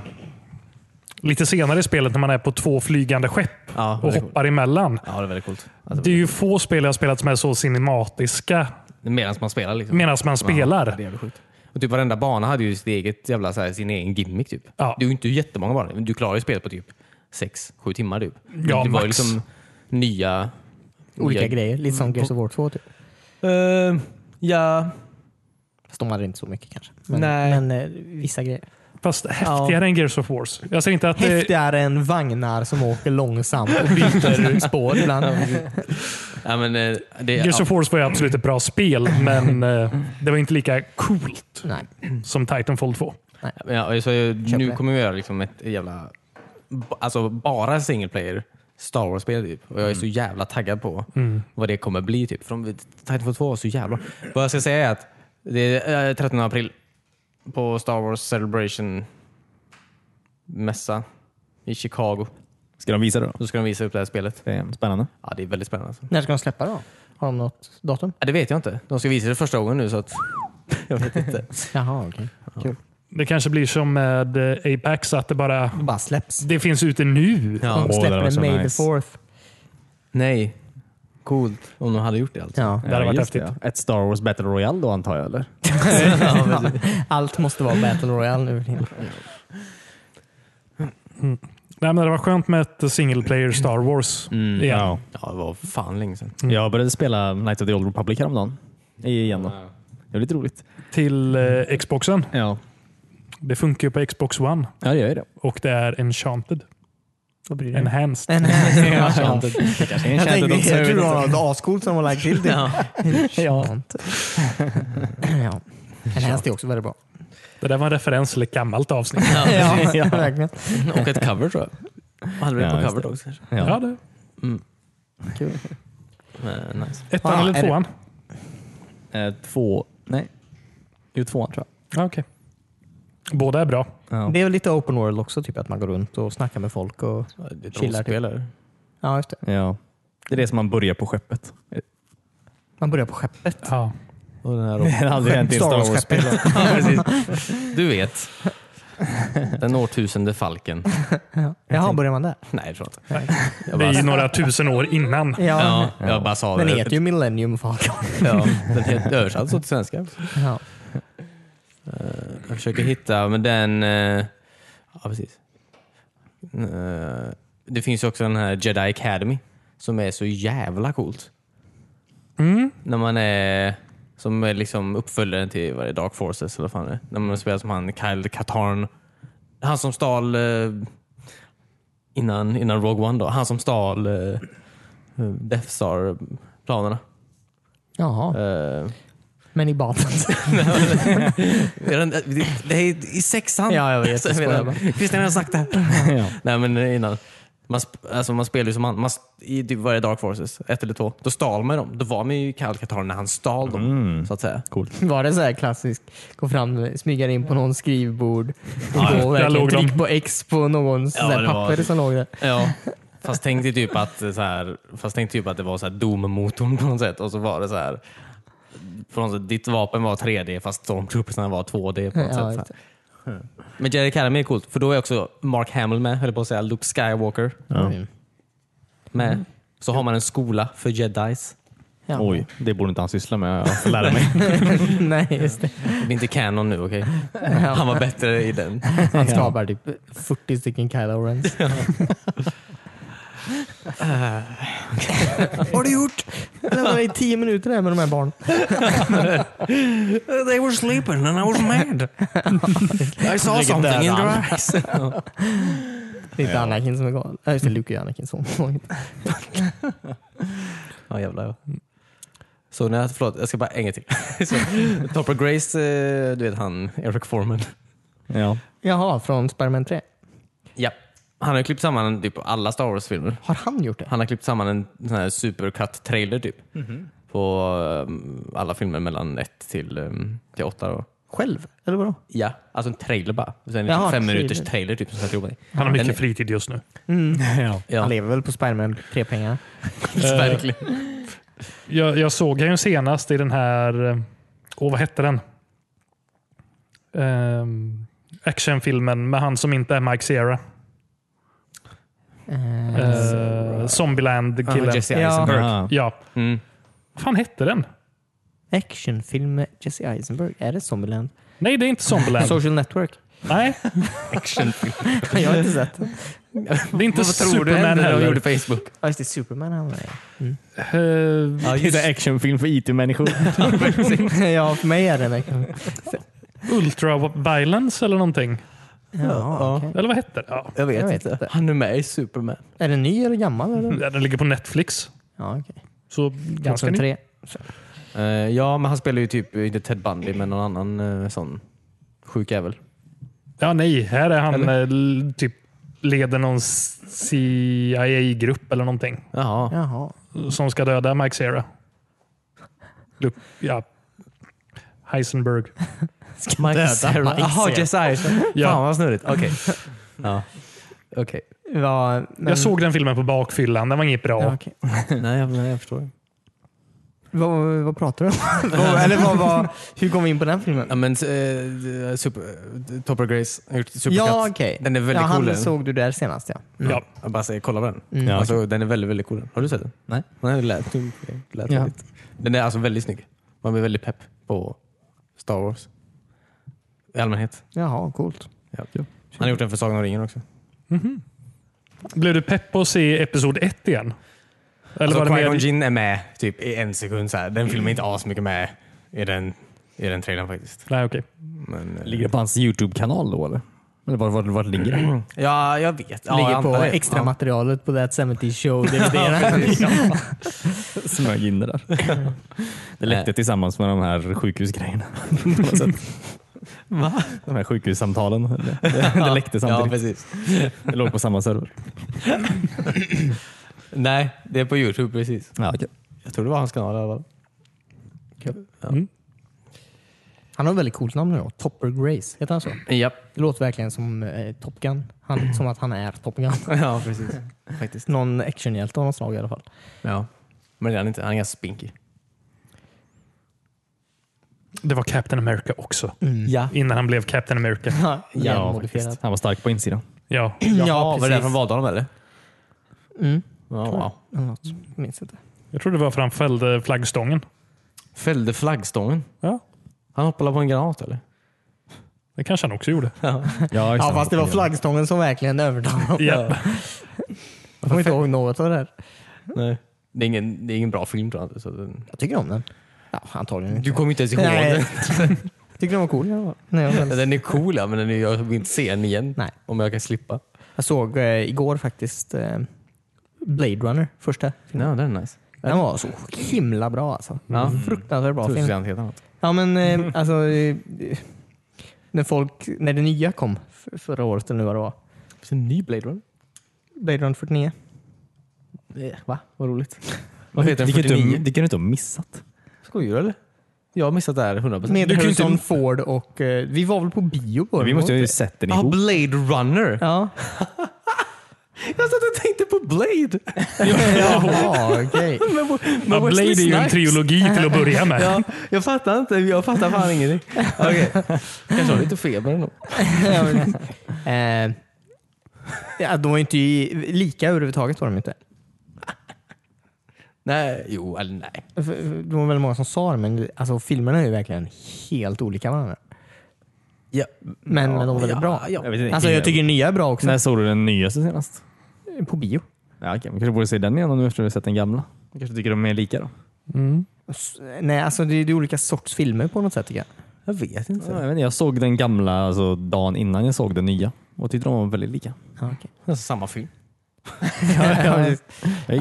[SPEAKER 1] lite senare i spelet när man är på två flygande skepp
[SPEAKER 3] Ja,
[SPEAKER 1] och
[SPEAKER 3] det är coolt.
[SPEAKER 1] hoppar emellan.
[SPEAKER 3] Ja, det är väldigt coolt.
[SPEAKER 1] Det är ju få spel jag har spelat som är så cinematiska
[SPEAKER 3] Medan man spelar liksom.
[SPEAKER 1] medan man
[SPEAKER 3] Ja,
[SPEAKER 1] spelar.
[SPEAKER 3] det är jävligt sjukt. Och typ varenda bana hade ju sitt eget jävla, så här, sin egen gimmick typ.
[SPEAKER 1] Ja.
[SPEAKER 3] Det är ju inte jättemånga banor, men du klarar ju spelet på typ sex, sju timmar typ.
[SPEAKER 1] Ja,
[SPEAKER 3] det var ju
[SPEAKER 1] max.
[SPEAKER 3] liksom nya...
[SPEAKER 2] Olika
[SPEAKER 3] nya-
[SPEAKER 2] grejer. Lite som Gears of War 2 typ.
[SPEAKER 3] Eh, ja,
[SPEAKER 2] Fast de hade inte så mycket kanske. Men,
[SPEAKER 3] Nej.
[SPEAKER 2] men eh, vissa grejer.
[SPEAKER 1] Fast häftigare än Gears of Wars. Jag säger inte att eh, det,
[SPEAKER 2] Häftigare än vagnar som åker långsamt och byter spår ibland.
[SPEAKER 3] ja, men, eh, det,
[SPEAKER 1] Gears
[SPEAKER 3] ja,
[SPEAKER 1] of Wars var ju absolut ett bra spel, men eh, det var inte lika coolt
[SPEAKER 2] Nej.
[SPEAKER 1] som Titanfall 2.
[SPEAKER 3] ja, så, jag-
[SPEAKER 2] Köp
[SPEAKER 3] nu
[SPEAKER 2] det.
[SPEAKER 3] kommer vi göra liksom ett jävla... ba- Alltså bara single player Star Wars-spel typ. Och jag är
[SPEAKER 1] Mm.
[SPEAKER 3] så jävla taggad på vad det kommer bli typ. För de, Titanfall 2 var så jävla... Vad jag ska säga är att det är eh, 13 april på Star Wars Celebration mässa i Chicago.
[SPEAKER 4] Ska de visa det då?
[SPEAKER 3] Då ska de visa upp det här spelet.
[SPEAKER 4] Det är spännande.
[SPEAKER 3] Ja, det är väldigt spännande. Alltså.
[SPEAKER 2] När ska de släppa då? Har de något datum?
[SPEAKER 3] Ja, det vet jag inte. De ska visa det första gången nu så att... *laughs* jag vet inte.
[SPEAKER 2] Jaha, okej. Kul.
[SPEAKER 1] Det kanske blir som med eh, Apex, att det bara
[SPEAKER 2] Det bara släpps.
[SPEAKER 1] det finns ute nu.
[SPEAKER 3] Ja.
[SPEAKER 2] de
[SPEAKER 4] åh, det
[SPEAKER 2] släpper
[SPEAKER 4] var
[SPEAKER 2] det
[SPEAKER 4] så
[SPEAKER 2] May
[SPEAKER 4] nice.
[SPEAKER 2] the 4th.
[SPEAKER 3] Nej. Coolt om de hade gjort det
[SPEAKER 2] *laughs*
[SPEAKER 3] alltså.
[SPEAKER 2] Ja.
[SPEAKER 4] *laughs*
[SPEAKER 1] Det hade varit
[SPEAKER 4] just
[SPEAKER 1] häftigt.
[SPEAKER 4] ja. Ett Star Wars Battle Royale då antar jag eller?
[SPEAKER 2] Allt måste vara Battle Royale nu.
[SPEAKER 1] Nej, men det var skönt med ett single player Star Wars.
[SPEAKER 3] Mm,
[SPEAKER 1] igen.
[SPEAKER 4] Ja.
[SPEAKER 3] Ja, det var fan länge sedan.
[SPEAKER 1] Mm.
[SPEAKER 4] Jag började spela Knights of the Old Republic häromdagen. Igen då. Det var lite roligt.
[SPEAKER 1] Till eh, Xboxen.
[SPEAKER 4] Ja,
[SPEAKER 1] Det funkar ju på Xbox One
[SPEAKER 4] ja det gör ju det.
[SPEAKER 1] och det är enchanted.
[SPEAKER 2] Vad blir
[SPEAKER 1] Enhanced.
[SPEAKER 2] En
[SPEAKER 4] Enchanted. Det kanske
[SPEAKER 2] jag
[SPEAKER 4] är Enchanted
[SPEAKER 2] tänkte,
[SPEAKER 4] också.
[SPEAKER 2] jag tror det var något ascoolt som de har lagt till.
[SPEAKER 3] *laughs*
[SPEAKER 2] det.
[SPEAKER 3] Ja.
[SPEAKER 2] ja. ja. En häst är också väldigt bra.
[SPEAKER 1] Det där var en referens till ett gammalt avsnitt.
[SPEAKER 3] *laughs*
[SPEAKER 2] *laughs* ja, verkligen.
[SPEAKER 3] Och ett cover tror jag. Hade vi
[SPEAKER 4] Ja,
[SPEAKER 3] det på
[SPEAKER 4] just
[SPEAKER 3] cover
[SPEAKER 4] det.
[SPEAKER 3] också kanske?
[SPEAKER 1] Ja.
[SPEAKER 4] Ja.
[SPEAKER 1] det.
[SPEAKER 3] Men, eh, nice.
[SPEAKER 1] Ettan
[SPEAKER 2] Ja,
[SPEAKER 1] eller
[SPEAKER 2] är det-
[SPEAKER 1] tvåan?
[SPEAKER 4] Eh, två, nej. Jo, tvåan tror
[SPEAKER 1] Ja, okej. Båda är bra.
[SPEAKER 4] jag. Ja.
[SPEAKER 2] Det är väl lite open world också, typ att man går runt och snackar med folk. Och,
[SPEAKER 3] Det är ett
[SPEAKER 2] Chillar, typ.
[SPEAKER 3] rollspel, eller?
[SPEAKER 2] ja, just det.
[SPEAKER 4] Ja. Det är det som man börjar på skeppet.
[SPEAKER 2] Man börjar på skeppet.
[SPEAKER 1] Ja.
[SPEAKER 3] Och *laughs* den här
[SPEAKER 4] Det
[SPEAKER 3] roll-
[SPEAKER 4] har aldrig hänt i en Star Wars-spel.
[SPEAKER 2] Wars-skeppet.
[SPEAKER 3] Ja, precis. Du vet. Den årtusende falken.
[SPEAKER 2] Jaha, börjar man där?
[SPEAKER 3] Nej, jag tror inte. Jag
[SPEAKER 1] Det är ju
[SPEAKER 3] bara,
[SPEAKER 1] några tusen år innan.
[SPEAKER 3] ja, jag bara sa
[SPEAKER 2] Den E
[SPEAKER 3] det.
[SPEAKER 2] heter ju Millennium Falcon.
[SPEAKER 3] Ja, den heter översatt så till svenska. Eh,
[SPEAKER 2] Ja.
[SPEAKER 3] Jag försöker hitta, men den... eh, Ja, precis. Eh, Det finns ju också den här Jedi Academy som är så jävla coolt. När man är... Som är liksom uppföljaren till vad är det, Dark Forces eller vad fan det är. När man spelar som han Kyle Katarn. Han som stal... eh, Innan, innan Rogue One då. Han som stal eh, Death Star-planerna.
[SPEAKER 2] Jaha,
[SPEAKER 3] Eh,
[SPEAKER 2] men i baden.
[SPEAKER 3] är den- det- det är i sexan. *laughs*
[SPEAKER 2] Ja, jag vet.
[SPEAKER 3] Så jag
[SPEAKER 2] Jag skojar
[SPEAKER 3] menar,
[SPEAKER 2] bara.
[SPEAKER 3] Christian jag har sagt det här. *laughs*
[SPEAKER 4] *laughs*
[SPEAKER 3] Nej, men innan. Man, sp- alltså man spelar ju som han. Man, s- I typ varje Dark Forces, ett eller två, då stal man ju dem. Då var man ju i Kalkatar när han stal dem. Så att säga.
[SPEAKER 2] Var det så här klassiskt? Gå fram, smyga in på någon skrivbord och
[SPEAKER 1] Ja,
[SPEAKER 2] gå
[SPEAKER 1] där
[SPEAKER 2] och verkligen
[SPEAKER 1] låg de.
[SPEAKER 2] tryck på X på någon så här
[SPEAKER 3] det var-
[SPEAKER 2] papper som låg där.
[SPEAKER 3] Ja. *laughs* Fast tänk dig typ att, så här, fast tänk dig typ att det var så här Doom-motorn på något sätt och så var det så här. På något sätt, ditt vapen var 3D fast stormtroopersarna var 2D på något
[SPEAKER 2] Ja,
[SPEAKER 3] sätt.
[SPEAKER 2] just
[SPEAKER 3] Så här. Men Jerry Academy är coolt för då är också Mark Hamill med, höll på att säga, Luke Skywalker.
[SPEAKER 2] Mm.
[SPEAKER 3] med. Så har man en skola för jedis.
[SPEAKER 2] Ja.
[SPEAKER 4] Oj, det borde inte han syssla med. Jag får lära mig.
[SPEAKER 2] *laughs* Nej, just det.
[SPEAKER 3] Det är inte canon nu, *laughs* okej? Han var bättre i den.
[SPEAKER 2] Han skapar typ 40 stycken Kylo Rens. Vad har du gjort? Jag var i 10 minuter där med de här barnen.
[SPEAKER 3] They were sleeping and I was mad. I saw
[SPEAKER 2] something in their
[SPEAKER 3] eyes.
[SPEAKER 2] Det är inte Anakin som är galen. Ja, just det. Luke är Anakins son.
[SPEAKER 3] Ja, jävlar. ja. Så när jag, förlåt, jag ska bara en gång till. *laughs* Så, Topper Grace, eh, du vet han, Eric Foreman.
[SPEAKER 4] *laughs* Ja.
[SPEAKER 2] Jaha, från Spiderman 3.
[SPEAKER 3] Ja. Han har ju klippt samman typ alla Star Wars-filmer.
[SPEAKER 2] Har han gjort det?
[SPEAKER 3] Han har klippt samman en sån här supercut-trailer typ. På um, alla filmer mellan 1 till, um, till 8 då.
[SPEAKER 2] Själv? Eller vadå?
[SPEAKER 3] Ja, alltså en trailer bara. Så en
[SPEAKER 2] Jaha,
[SPEAKER 3] Jaha, fem minuters
[SPEAKER 2] trailer.
[SPEAKER 3] trailer typ som sätter ihop dig.
[SPEAKER 1] Han har mycket
[SPEAKER 3] Den-
[SPEAKER 1] fritid just nu.
[SPEAKER 4] Ja.
[SPEAKER 2] Mm. Han
[SPEAKER 3] Ja,
[SPEAKER 2] lever väl på Spiderman 3-pengar?
[SPEAKER 3] *laughs* verkligen.
[SPEAKER 1] Jag, jag såg han ju senast i den här... eh, Åh, vad hette den? Ehm, actionfilmen med han som inte är Mike Sierra.
[SPEAKER 2] Eh,
[SPEAKER 1] Eh, Zombieland-killen.
[SPEAKER 3] Mm. Jesse
[SPEAKER 2] Ja.
[SPEAKER 3] Eisenberg.
[SPEAKER 4] Ja.
[SPEAKER 1] ja.
[SPEAKER 3] Mm.
[SPEAKER 1] Vad fan hette den?
[SPEAKER 2] actionfilm med Jesse Eisenberg. Är det Zombieland?
[SPEAKER 1] Nej, det är inte Zombieland.
[SPEAKER 2] Social Network? *laughs*
[SPEAKER 1] Nej,
[SPEAKER 2] Jag har inte sett den.
[SPEAKER 1] det är inte
[SPEAKER 3] *laughs* Vad tror du
[SPEAKER 1] Superman
[SPEAKER 3] hände när de
[SPEAKER 1] heller.
[SPEAKER 3] gjorde Facebook?
[SPEAKER 2] Ja, just det. Superman han var med.
[SPEAKER 1] Eh,
[SPEAKER 4] det är så här actionfilm för IT-människor.
[SPEAKER 2] *laughs* Ja, för mig är det en
[SPEAKER 1] Ultra Violence eller någonting.
[SPEAKER 2] Ja, okej.
[SPEAKER 1] Eller vad hette det? Ja.
[SPEAKER 3] Jag vet,
[SPEAKER 2] Jag vet
[SPEAKER 3] inte.
[SPEAKER 2] inte.
[SPEAKER 3] Han är med i Superman.
[SPEAKER 2] Är den ny eller gammal?
[SPEAKER 3] Mm.
[SPEAKER 2] Eller?
[SPEAKER 1] Den ligger på Netflix.
[SPEAKER 2] Ja, okej.
[SPEAKER 1] Så ganska ny.
[SPEAKER 2] tre.
[SPEAKER 3] Eh, ja, men han spelar ju typ, inte Ted Bundy, men någon annan eh, sån sjuk jävel.
[SPEAKER 1] Ja, nej. Här är han eh, l- typ leder någon CIA-grupp eller någonting
[SPEAKER 3] Jaha.
[SPEAKER 2] Jaha.
[SPEAKER 1] som ska döda Mike Sierra. Luke, ja. Heisenberg.
[SPEAKER 3] Mike Cera.
[SPEAKER 2] Mike
[SPEAKER 3] Jaha,
[SPEAKER 2] Cera.
[SPEAKER 3] Jesse Eisenberg.
[SPEAKER 1] Ja.
[SPEAKER 3] Fan vad snurrigt. Okej. Ja. Okej.
[SPEAKER 2] Ja, men,
[SPEAKER 1] Jag såg den filmen på bakfyllan. Den var inget bra.
[SPEAKER 2] Ja, okej.
[SPEAKER 3] Nej, jag, nej, jag förstår.
[SPEAKER 2] Vad, vad pratar du
[SPEAKER 3] *laughs*
[SPEAKER 2] om? Vad- eller vad, vad, hur kom vi in på den filmen?
[SPEAKER 3] Ja, men eh, super, eh, Topper Grace har gjort Supercut.
[SPEAKER 2] Ja, okej.
[SPEAKER 3] Den är väldigt
[SPEAKER 2] ja,
[SPEAKER 3] cool.
[SPEAKER 2] Han
[SPEAKER 3] den.
[SPEAKER 2] såg du där senast ja.
[SPEAKER 1] Ja.
[SPEAKER 3] Jag bara säger, kolla på den. alltså, Den är väldigt, väldigt cool. den. Har du sett den?
[SPEAKER 4] Nej.
[SPEAKER 3] Nej, det lät, det lät
[SPEAKER 2] Ja.
[SPEAKER 3] väldigt. Den är alltså väldigt snygg. Man blir väldigt pepp på Star Wars. I allmänhet.
[SPEAKER 2] Jaha, coolt.
[SPEAKER 3] Ja. Han har gjort den för Sagan om ringen också.
[SPEAKER 1] Blev du pepp på att se Episod 1 igen? Eller
[SPEAKER 3] Alltså,
[SPEAKER 1] var det
[SPEAKER 3] Qui-Gon
[SPEAKER 1] mer...
[SPEAKER 3] Jinn är med typ i en sekund. Så här. Den filmen är inte asmycket med i den, i den trailern faktiskt.
[SPEAKER 1] Nej, okej.
[SPEAKER 3] Men, eh,
[SPEAKER 4] Ligger det på hans YouTube-kanal då eller? Eller var, var, var det ligger *clears throat* det?
[SPEAKER 3] ja, jag vet. Ja, jag
[SPEAKER 2] Ligger på
[SPEAKER 3] antar det.
[SPEAKER 2] extra
[SPEAKER 3] *laughs* Ja.
[SPEAKER 2] materialet på That 70 Show.
[SPEAKER 3] *laughs*
[SPEAKER 2] Det är det.
[SPEAKER 4] Eh. *laughs* Smög in det där. Det läckte tillsammans med de här sjukhusgrejerna.
[SPEAKER 3] Va?
[SPEAKER 4] De här sjukhussamtalen. *laughs* Det, det läckte
[SPEAKER 3] Ja,
[SPEAKER 4] samtidigt.
[SPEAKER 3] precis.
[SPEAKER 4] Det låg på samma server.
[SPEAKER 3] Nej, det är på Youtube precis.
[SPEAKER 4] Ja, okej.
[SPEAKER 3] Jag tror det var hans kanal i alla fall.
[SPEAKER 2] Han har ett väldigt coolt namn nu då. Topper Grace. Heter han så?
[SPEAKER 3] Japp.
[SPEAKER 2] Det låter verkligen som eh, Top Gun. Han, som att han är Top Gun.
[SPEAKER 3] *laughs* Ja, precis. Faktiskt.
[SPEAKER 2] Någon actionhjälte av något slag i alla fall.
[SPEAKER 3] Ja. Men det är han inte. Han är ganska spinkig.
[SPEAKER 1] Det var Captain America också.
[SPEAKER 3] Ja.
[SPEAKER 1] Innan han blev Captain America.
[SPEAKER 2] Ja,
[SPEAKER 4] Ja, faktiskt. Han var stark på insidan.
[SPEAKER 1] Ja.
[SPEAKER 2] Mm, Ja,
[SPEAKER 3] Ja, var det
[SPEAKER 2] precis.
[SPEAKER 3] därför han valde honom eller?
[SPEAKER 2] Mm.
[SPEAKER 3] Ja, wow.
[SPEAKER 2] Eller något. Minns inte.
[SPEAKER 1] Jag tror det var för han fällde flaggstången.
[SPEAKER 3] Fällde flaggstången.
[SPEAKER 1] Ja.
[SPEAKER 3] Han hoppade på en granat eller?
[SPEAKER 1] Det kanske han också
[SPEAKER 3] *laughs*
[SPEAKER 1] gjorde.
[SPEAKER 4] Ja,
[SPEAKER 2] Ja, fast det var flaggstången som verkligen övertalade honom.
[SPEAKER 1] Ja.
[SPEAKER 2] Jag kommer inte ihåg något av det här. Mm.
[SPEAKER 3] Nej. Det är ingen, det är ingen bra film tror jag. inte, Så den...
[SPEAKER 2] Jag tycker om den. Ja, antagligen inte.
[SPEAKER 3] Du kommer inte ens ihåg den.
[SPEAKER 2] Nej. tycker den var cool. i alla fall. Nej, jag,
[SPEAKER 3] Den är cool ja, men den är, jag vill inte se den igen.
[SPEAKER 2] Nej.
[SPEAKER 3] Om jag kan slippa.
[SPEAKER 2] jag såg eh, igår faktiskt eh, Blade Runner, första
[SPEAKER 3] Ja,
[SPEAKER 2] filmen.
[SPEAKER 3] den är nice.
[SPEAKER 2] Den var så himla bra alltså.
[SPEAKER 3] Ja.
[SPEAKER 2] Fruktansvärt bra
[SPEAKER 3] Jag
[SPEAKER 2] film.
[SPEAKER 3] trodde det helt annat.
[SPEAKER 2] Ja men
[SPEAKER 3] *laughs*
[SPEAKER 2] eh, alltså, eh, när, folk, när det nya kom f- förra året eller nu vad det var.
[SPEAKER 3] Finns det en ny Blade Runner?
[SPEAKER 2] Blade Runner Eh, 49.
[SPEAKER 3] Va? Vad roligt. Vad heter
[SPEAKER 4] Det
[SPEAKER 3] den?
[SPEAKER 4] kan du
[SPEAKER 3] 49?
[SPEAKER 4] det kan du inte ha missat.
[SPEAKER 3] Skojar du eller? Jag har missat det här 100%.
[SPEAKER 2] Med
[SPEAKER 3] du kan ju
[SPEAKER 2] Harrison
[SPEAKER 3] inte...
[SPEAKER 2] Ford och... Eh, vi var väl på bio på
[SPEAKER 4] Vi
[SPEAKER 2] den,
[SPEAKER 4] måste
[SPEAKER 2] var vi
[SPEAKER 4] ju ha
[SPEAKER 2] inte?
[SPEAKER 4] sett den
[SPEAKER 3] Ah,
[SPEAKER 4] ihop.
[SPEAKER 3] Blade Runner!
[SPEAKER 2] Ja.
[SPEAKER 3] Jag satt och tänkte på Blade!
[SPEAKER 2] *laughs* Jaha, okej.
[SPEAKER 1] Ja, Blade är ju en trilogi till att börja med.
[SPEAKER 3] *laughs* Ja, jag fattar inte. Jag fattar fan ingenting.
[SPEAKER 2] *laughs*
[SPEAKER 3] Okej. Kanske har *laughs* lite feber ändå.
[SPEAKER 2] Eh, ja, de var ju inte i- lika överhuvudtaget var de inte.
[SPEAKER 3] Nej, jo, eller nej.
[SPEAKER 2] För- för Det var väldigt många som sa det, men alltså, filmerna är ju verkligen helt olika varandra.
[SPEAKER 3] Ja,
[SPEAKER 2] Men, men de var väldigt
[SPEAKER 3] ja,
[SPEAKER 2] bra.
[SPEAKER 3] ja.
[SPEAKER 4] Jag vet inte.
[SPEAKER 2] Alltså, jag tycker nya är bra också.
[SPEAKER 4] När såg du den nyaste senast?
[SPEAKER 2] På bio.
[SPEAKER 4] Ja, okej. Man kanske borde se den igen nu efter att du sett den gamla. Man kanske tycker de är lika då?
[SPEAKER 2] S- Nej, alltså det är, det är olika sorts filmer på något sätt tycker jag.
[SPEAKER 3] Jag vet
[SPEAKER 4] Ja,
[SPEAKER 3] inte.
[SPEAKER 4] jag, vet inte, jag såg den gamla alltså, dagen innan jag såg den nya och tyckte de var väldigt lika.
[SPEAKER 2] Ja,
[SPEAKER 3] *laughs*
[SPEAKER 2] okej.
[SPEAKER 3] Alltså, samma film.
[SPEAKER 2] Ja,
[SPEAKER 4] Jag gick ut.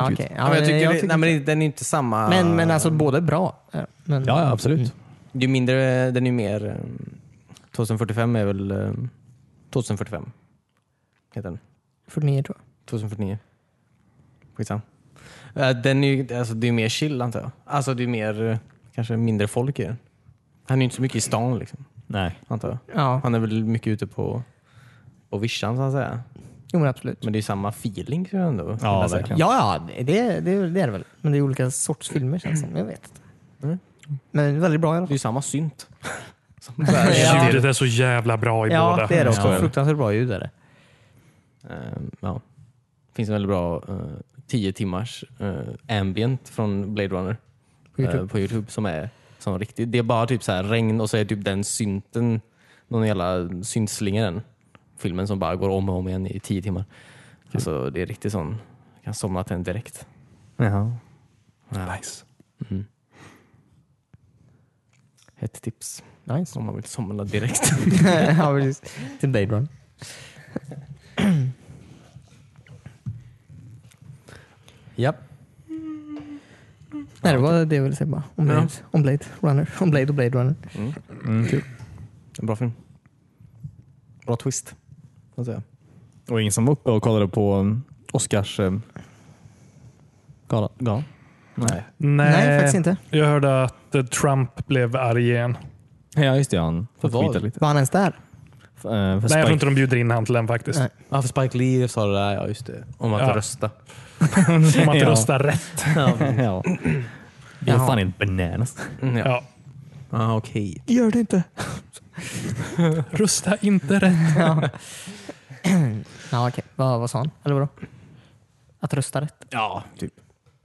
[SPEAKER 2] okej.
[SPEAKER 3] Ja, men jag tycker, det-
[SPEAKER 2] Eh, tycker-
[SPEAKER 3] nej, men den är ju inte samma.
[SPEAKER 2] men, men alltså båda är bra. Ja, Men,
[SPEAKER 4] Ja, ja, absolut.
[SPEAKER 3] det är mindre, den är ju mer... ehm, 2045 är väl... ehm, 2045 heter den.
[SPEAKER 2] 49 tror jag.
[SPEAKER 3] 2049. Skitsamma. Eh, Den är ju, alltså, det är ju mer chill antar jag. Alltså det är mer, eh, kanske mindre folk i den. Han är ju inte så mycket i stan liksom,
[SPEAKER 4] Nej.
[SPEAKER 3] antar jag.
[SPEAKER 2] Ja,
[SPEAKER 3] Han är väl mycket ute på, på vischan så att säga.
[SPEAKER 2] jo, men absolut.
[SPEAKER 3] Men det är ju samma feeling tror jag ändå. kan
[SPEAKER 4] Ja,
[SPEAKER 3] jag säga.
[SPEAKER 4] verkligen.
[SPEAKER 2] Ja, ja det, det, det är det väl. Men det är olika sorts filmer känns det som. Jag vet inte.
[SPEAKER 3] Mm.
[SPEAKER 2] Men väldigt bra i alla
[SPEAKER 3] Det är
[SPEAKER 2] fall.
[SPEAKER 3] ju samma synt. *laughs* Som
[SPEAKER 2] Ja.
[SPEAKER 1] Ljudet är så jävla bra i båda.
[SPEAKER 2] Ja, det är det
[SPEAKER 3] Ja,
[SPEAKER 2] också.
[SPEAKER 3] ja.
[SPEAKER 2] Fruktansvärt bra ljud är det.
[SPEAKER 3] Ehm, ja. Finns en väldigt bra eh, 10 timmars eh, ambient från Blade Runner
[SPEAKER 2] På Youtube.
[SPEAKER 3] eh, på Youtube som är som riktigt. Det är bara typ så här regn och så är typ den synten, någon jävla syntslinga i den filmen som bara går om och om igen i 10 timmar. Alltså det är riktigt sån, jag kan somna till den direkt.
[SPEAKER 4] Jaha.
[SPEAKER 1] Nice.
[SPEAKER 3] Ett tips
[SPEAKER 2] Nice.
[SPEAKER 3] om man vill somna *laughs* direkt.
[SPEAKER 2] *laughs* ja, precis. Till Blade Runner.
[SPEAKER 3] Japp.
[SPEAKER 2] Nej, det var det jag ville säga bara. Om Blade, om Blade Runner. Om Blade och Blade Runner.
[SPEAKER 3] En bra film. Bra twist. Vad säger jag?
[SPEAKER 4] Och ingen som var uppe och kollade på um, Oscars... Um, gala. gala. Nej.
[SPEAKER 1] Nej,
[SPEAKER 2] Nej, faktiskt inte.
[SPEAKER 1] Jag hörde att eh, Trump blev arg igen.
[SPEAKER 4] Ja, just det. Han
[SPEAKER 3] För vad?
[SPEAKER 4] tweetade lite.
[SPEAKER 2] Var han ens där?
[SPEAKER 4] F- eh, för
[SPEAKER 1] Nej, jag
[SPEAKER 4] Spike-
[SPEAKER 1] tror inte de bjuder in han till den faktiskt.
[SPEAKER 2] Nej.
[SPEAKER 3] Ja, för Spike Lee sa det där, ja just det. Om att
[SPEAKER 1] Ja.
[SPEAKER 3] rösta.
[SPEAKER 1] Om man inte
[SPEAKER 4] *laughs* Ja.
[SPEAKER 1] röstar rätt.
[SPEAKER 4] ja. Det är
[SPEAKER 2] Jaha.
[SPEAKER 4] fan inte bananas.
[SPEAKER 3] Mm, ja.
[SPEAKER 1] Ja.
[SPEAKER 3] Ah, okej.
[SPEAKER 2] Gör det inte.
[SPEAKER 1] Rösta inte rätt.
[SPEAKER 2] ja, *clears throat* ja okej. Vad, vad sa han? Eller vadå? Att rösta rätt?
[SPEAKER 3] Ja, typ.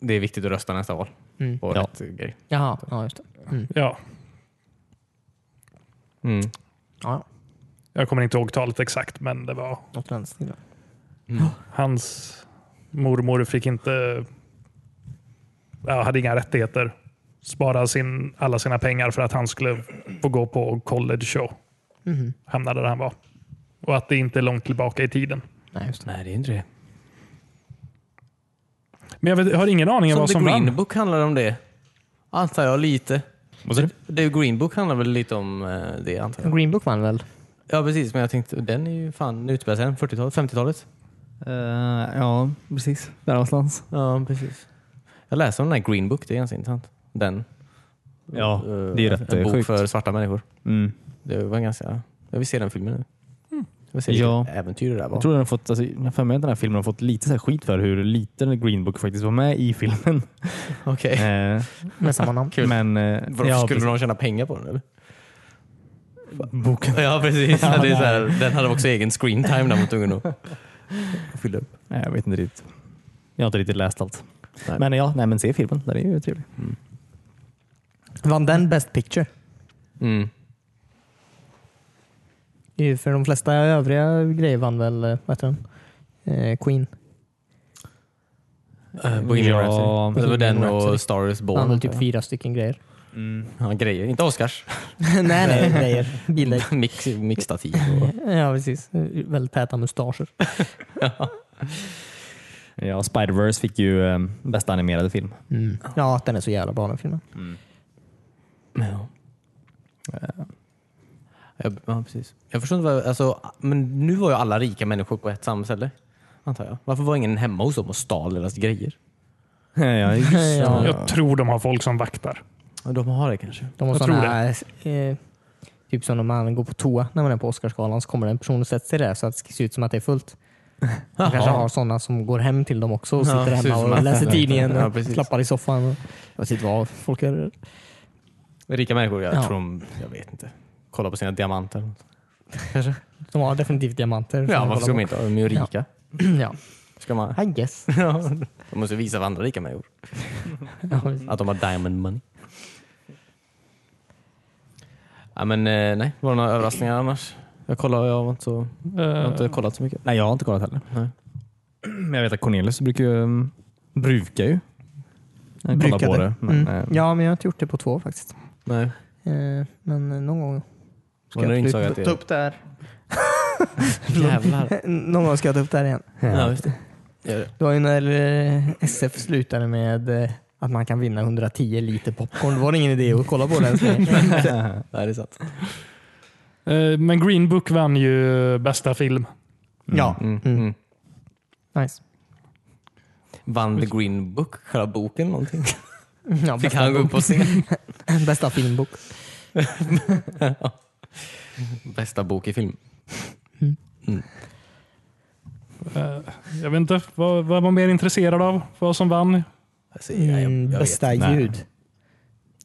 [SPEAKER 3] Det är viktigt att rösta nästa val.
[SPEAKER 2] Mm.
[SPEAKER 3] På
[SPEAKER 4] Ja.
[SPEAKER 3] rätt grej.
[SPEAKER 2] Jaha, ja just det. Mm.
[SPEAKER 1] Ja,
[SPEAKER 3] Mm.
[SPEAKER 2] Ja,
[SPEAKER 1] jag kommer inte ihåg talet exakt, men det var
[SPEAKER 2] något i den stilen.
[SPEAKER 1] hans mormor fick inte... Ja, hade inga rättigheter. Sparade sin, alla sina pengar för att han skulle få gå på college show.
[SPEAKER 2] Mhm.
[SPEAKER 1] Hamnade där han var. Och att det inte är långt tillbaka i tiden.
[SPEAKER 2] Nej, just det.
[SPEAKER 3] Nej, det är inte det.
[SPEAKER 1] Men jag, vet, jag har ingen aning om
[SPEAKER 3] Som
[SPEAKER 1] vad
[SPEAKER 3] The
[SPEAKER 1] som
[SPEAKER 3] Green
[SPEAKER 1] vann.
[SPEAKER 3] Book handlar om det. Antar jag lite.
[SPEAKER 4] Vad sa du?
[SPEAKER 3] Det Green Book handlar väl lite om eh, det antar jag?
[SPEAKER 2] Green Book vann väl?
[SPEAKER 3] Ja precis, men jag tänkte den är ju fan utspelar sig 40-talet, 50-talet.
[SPEAKER 4] Eh, ja, precis. Där någonstans.
[SPEAKER 3] Ja, precis. Jag läste om den här Green Book, det är ganska intressant. Den.
[SPEAKER 4] Ja,
[SPEAKER 3] Eh,
[SPEAKER 4] det är ju rätt
[SPEAKER 3] En
[SPEAKER 4] eh,
[SPEAKER 3] bok
[SPEAKER 4] sjukt.
[SPEAKER 3] för svarta människor.
[SPEAKER 4] Mm.
[SPEAKER 3] Det var ganska... Jag vill se den filmen nu. Jag vill se vilket
[SPEAKER 4] Ja.
[SPEAKER 3] äventyr det där var.
[SPEAKER 4] Jag tror den har fått, alltså, jag har för mig att den här filmen har fått lite så här skit för hur liten Green Book faktiskt var med i filmen.
[SPEAKER 3] Okej.
[SPEAKER 4] *laughs*
[SPEAKER 3] *laughs*
[SPEAKER 4] Eh,
[SPEAKER 2] Med samma namn.
[SPEAKER 4] Men, eh,
[SPEAKER 3] Varför
[SPEAKER 4] ja,
[SPEAKER 3] skulle de tjäna pengar på den eller?
[SPEAKER 4] precis. boken.
[SPEAKER 3] *laughs* Ja precis. Ja, det är så här, den hade också egen screen time där mot ungen
[SPEAKER 4] *laughs*
[SPEAKER 3] och och fyllde upp.
[SPEAKER 4] Nej, jag vet inte riktigt. Jag har inte riktigt läst allt.
[SPEAKER 3] Nej.
[SPEAKER 4] Men ja, nej, men se filmen. Den är ju trevlig.
[SPEAKER 2] Vann den Best Picture?
[SPEAKER 3] Mm.
[SPEAKER 2] Det är ju För de flesta övriga grejer vann väl, eh, vad heter den? Eh, Queen.
[SPEAKER 3] Uh, Bohemian
[SPEAKER 4] Ja.
[SPEAKER 3] Rhapsody. Det var den
[SPEAKER 2] Bohemian Rhapsody.
[SPEAKER 3] och Star is
[SPEAKER 2] Vann
[SPEAKER 3] Born.
[SPEAKER 2] väl typ fyra stycken grejer.
[SPEAKER 3] ja, grejer, inte Oscars.
[SPEAKER 2] *laughs* nej, nej, *laughs* grejer. Bilder.
[SPEAKER 3] *laughs* Mix, mixtativ och...
[SPEAKER 2] Ja, precis. Eh, Väldigt täta mustascher.
[SPEAKER 4] Ja, Spider-Verse fick ju eh, bästa animerade film.
[SPEAKER 2] Ja, den är så jävla bra den filmen.
[SPEAKER 3] Ja. Jag, ja, precis. Jag förstår inte vad, alltså, men nu var ju alla rika människor på ett samhälle. Antar jag. Varför var ingen hemma hos dem och stal deras grejer?
[SPEAKER 4] *laughs* ja, just
[SPEAKER 2] Ja.
[SPEAKER 1] Jag tror de har folk som vaktar.
[SPEAKER 3] Ja, De har det kanske.
[SPEAKER 2] De har
[SPEAKER 1] Jag tror
[SPEAKER 2] sådana här, eh, typ som när man går på toa när man är på Oscarsgalan så kommer det en person och sätter sig där så att det ser ut som att det är
[SPEAKER 3] *laughs*
[SPEAKER 2] fullt. De kanske har sådana som går hem till dem också och
[SPEAKER 3] Ja,
[SPEAKER 2] sitter
[SPEAKER 3] ser ut
[SPEAKER 2] hemma
[SPEAKER 3] som
[SPEAKER 2] och
[SPEAKER 3] att-
[SPEAKER 2] läser tidningen
[SPEAKER 3] Ja,
[SPEAKER 2] och
[SPEAKER 3] precis.
[SPEAKER 2] klappar i soffan. Och, jag vet inte vad folk gör.
[SPEAKER 3] Rika människor, jag
[SPEAKER 2] Ja.
[SPEAKER 3] tror de, jag vet inte. Kolla på sina diamanter.
[SPEAKER 2] De har definitivt diamanter. som
[SPEAKER 3] Ja,
[SPEAKER 2] de
[SPEAKER 3] varför ska de
[SPEAKER 2] kollar
[SPEAKER 3] inte? De är ju rika.
[SPEAKER 2] på. *clears throat* ja.
[SPEAKER 3] Ska man?
[SPEAKER 2] I
[SPEAKER 3] *laughs*
[SPEAKER 2] guess.
[SPEAKER 3] Ja, de måste visa för andra rika människor
[SPEAKER 2] Ja, precis.
[SPEAKER 3] att de har diamond money. Ja, men, eh, nej, var det några överraskningar annars? Jag kollar, jag har inte, så, jag har inte kollat så mycket.
[SPEAKER 4] Nej, jag har inte kollat heller.
[SPEAKER 3] Nej.
[SPEAKER 4] Men jag vet att Cornelius brukar ju... um, Brukar ju. Jag kollar på
[SPEAKER 2] Brukade.
[SPEAKER 4] det. Men,
[SPEAKER 2] mm.
[SPEAKER 4] eh,
[SPEAKER 2] Ja, men jag har inte gjort det på två år faktiskt.
[SPEAKER 3] Nej.
[SPEAKER 2] Eh, men eh, någon gång ska
[SPEAKER 3] Och nu
[SPEAKER 2] jag
[SPEAKER 3] insåg jag
[SPEAKER 2] ta
[SPEAKER 3] att det-
[SPEAKER 2] upp, ta upp det här.
[SPEAKER 3] *laughs* Jävlar.
[SPEAKER 2] *laughs* någon gång ska jag ta upp det här igen.
[SPEAKER 3] Ja, just det. Gör det.
[SPEAKER 2] Det var ju när eh, SF slutade med eh, att man kan vinna 110 liter popcorn. Då var det ingen idé att kolla på den.
[SPEAKER 4] *laughs* Mm.
[SPEAKER 3] Nej, det är sant.
[SPEAKER 1] Eh, Men Green Book vann ju bästa film.
[SPEAKER 2] ja,
[SPEAKER 3] Mm.
[SPEAKER 2] Mm.
[SPEAKER 3] Mm.
[SPEAKER 2] nice.
[SPEAKER 3] Vann The Green Book, själva boken någonting?
[SPEAKER 2] Ja,
[SPEAKER 3] Fick
[SPEAKER 2] bästa,
[SPEAKER 3] han gå upp på scen?
[SPEAKER 2] *laughs* bästa filmbok.
[SPEAKER 3] *laughs* Bästa bok i film.
[SPEAKER 1] Eh, Jag vet inte, vad, vad var man mer intresserad av? Vad som vann?
[SPEAKER 3] Alltså, jag, jag, jag vet.
[SPEAKER 2] Mm, bästa
[SPEAKER 4] inte.
[SPEAKER 2] ljud.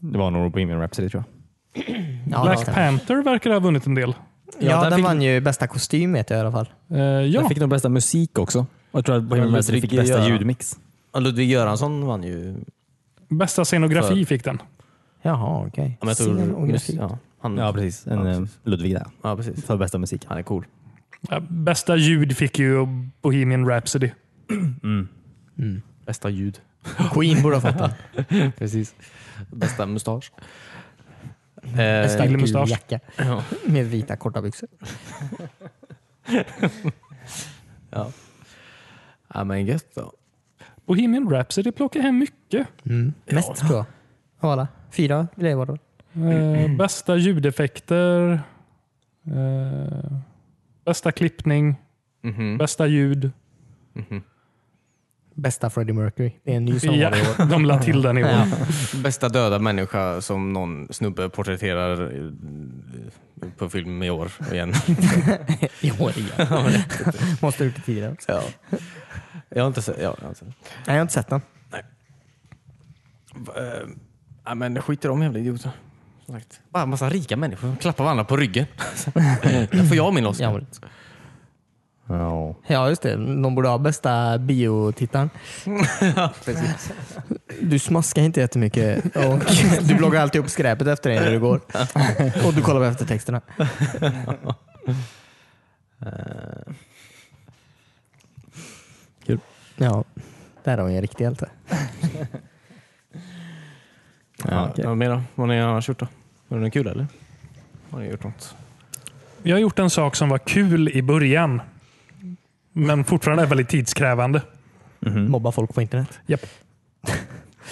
[SPEAKER 4] Det var nog Bohemian Rhapsody tror jag.
[SPEAKER 2] Ja,
[SPEAKER 1] Black
[SPEAKER 2] just det.
[SPEAKER 1] Panther verkar ha vunnit en del.
[SPEAKER 2] ja,
[SPEAKER 3] Ja, där
[SPEAKER 2] den
[SPEAKER 3] fick-
[SPEAKER 2] vann ju bästa kostym vet jag i alla fall.
[SPEAKER 1] Eh,
[SPEAKER 4] Jag
[SPEAKER 1] ja,
[SPEAKER 4] fick nog bästa musik också. Och jag tror att Bohemian
[SPEAKER 3] Ja,
[SPEAKER 4] Rhapsody fick
[SPEAKER 3] Ludwig
[SPEAKER 4] bästa
[SPEAKER 3] gör-
[SPEAKER 4] ljudmix.
[SPEAKER 3] Ja, Ludvig Göransson vann ju.
[SPEAKER 1] bästa scenografi fick den.
[SPEAKER 2] Jaha, okej.
[SPEAKER 3] Ja, men jag tror- ja, han,
[SPEAKER 4] Ja, precis. En,
[SPEAKER 3] Ja,
[SPEAKER 4] eh,
[SPEAKER 3] precis.
[SPEAKER 4] Ludwig där.
[SPEAKER 3] ja, precis.
[SPEAKER 4] För bästa musik.
[SPEAKER 3] Han är cool.
[SPEAKER 1] Ja, Bästa ljud fick ju Bohemian Rhapsody.
[SPEAKER 3] Bästa ljud.
[SPEAKER 2] Queen borde ha fått
[SPEAKER 3] Eh,
[SPEAKER 2] den.
[SPEAKER 3] Precis. Bästa mustasch.
[SPEAKER 2] Bästa
[SPEAKER 3] Eh,
[SPEAKER 1] gul
[SPEAKER 2] gul
[SPEAKER 1] mustasch.
[SPEAKER 2] jacka
[SPEAKER 3] ja.
[SPEAKER 2] med vita korta byxor.
[SPEAKER 3] Ja. ja, men gött då.
[SPEAKER 1] Bohemian Rhapsody plockar hem mycket.
[SPEAKER 3] Mm.
[SPEAKER 2] Mm. Mest tror jag. Av alla. Fyra grejer var det.
[SPEAKER 1] Eh, bästa ljudeffekter. Eh, bästa klippning.
[SPEAKER 3] Mhm.
[SPEAKER 1] Bästa ljud.
[SPEAKER 2] Bästa Freddie Mercury. Det är en ny som
[SPEAKER 1] Ja,
[SPEAKER 2] var det i år.
[SPEAKER 1] de la till den i år.
[SPEAKER 2] Ja.
[SPEAKER 3] Bästa döda människa som någon snubbe porträtterar eh, på film i år igen. *laughs*
[SPEAKER 2] I år igen. Måste ha gjort det tidigare.
[SPEAKER 3] ja. Jag har inte sett... Ja, jag har inte sett.
[SPEAKER 2] Nej, jag har inte sett den.
[SPEAKER 3] Eh, ja, men skit i de jävla idioterna. Som sagt. Bara massa rika människor som klappar varandra på *laughs* ryggen. Där får jag min Oscar.
[SPEAKER 2] Ja,
[SPEAKER 3] Ja,
[SPEAKER 2] men- Ja, just det. De borde ha bästa
[SPEAKER 3] *laughs*
[SPEAKER 2] biotittaren.
[SPEAKER 3] precis.
[SPEAKER 2] Du smaskar inte jättemycket och *laughs* du bloggar alltid upp skräpet efter dig när du
[SPEAKER 3] *laughs*
[SPEAKER 2] går. Och du kollar på eftertexterna.
[SPEAKER 3] Eh.
[SPEAKER 4] Kul.
[SPEAKER 2] Ja, där har vi en riktig hjälte.
[SPEAKER 3] Ja,
[SPEAKER 4] okej.
[SPEAKER 3] Vad mer då? Vad har ni annars gjort då? Var det något kul eller? Har ni gjort något?
[SPEAKER 1] Jag har gjort en sak som var kul i början. Men fortfarande är väldigt tidskrävande.
[SPEAKER 2] *laughs* Mobba folk på internet.
[SPEAKER 1] Japp.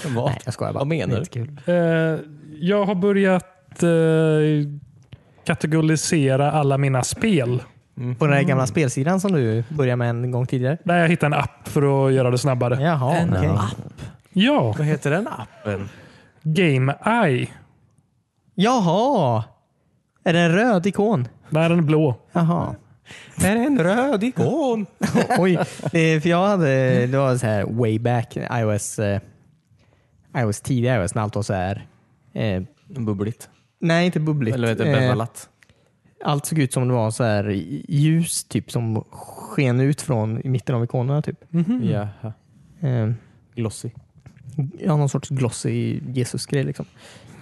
[SPEAKER 3] Mm. Vad?
[SPEAKER 2] Nej, jag skojar bara.
[SPEAKER 3] Vad menar du?
[SPEAKER 2] Det är inte kul.
[SPEAKER 1] Eh, jag har börjat eh, kategorisera alla mina spel.
[SPEAKER 2] På den här gamla spelsidan som du började med en gång tidigare?
[SPEAKER 1] Där jag hittade en app för att göra det snabbare. Ja.
[SPEAKER 2] Jaha, okej.
[SPEAKER 3] Vad heter den appen?
[SPEAKER 1] Game Eye.
[SPEAKER 2] Jaha! Är det en röd ikon?
[SPEAKER 1] Där är den blå.
[SPEAKER 2] Jaha.
[SPEAKER 3] Det är en röd ikon.
[SPEAKER 2] Oj, det, för jag hade, det var så här way back, iOS, eh, iOS tidiga iOS, när allt var så här. Eh,
[SPEAKER 3] Bubbligt.
[SPEAKER 2] nej, inte bubbligt.
[SPEAKER 3] Eller vad heter det?
[SPEAKER 2] Eh,
[SPEAKER 3] Bevalat.
[SPEAKER 2] allt såg ut som det var så här ljus typ som sken ut från i mitten av ikonerna. Typ.
[SPEAKER 3] mm. Jaha.
[SPEAKER 2] Eh,
[SPEAKER 3] Glossy.
[SPEAKER 2] ja, någon sorts glossy Jesus-grej. Liksom.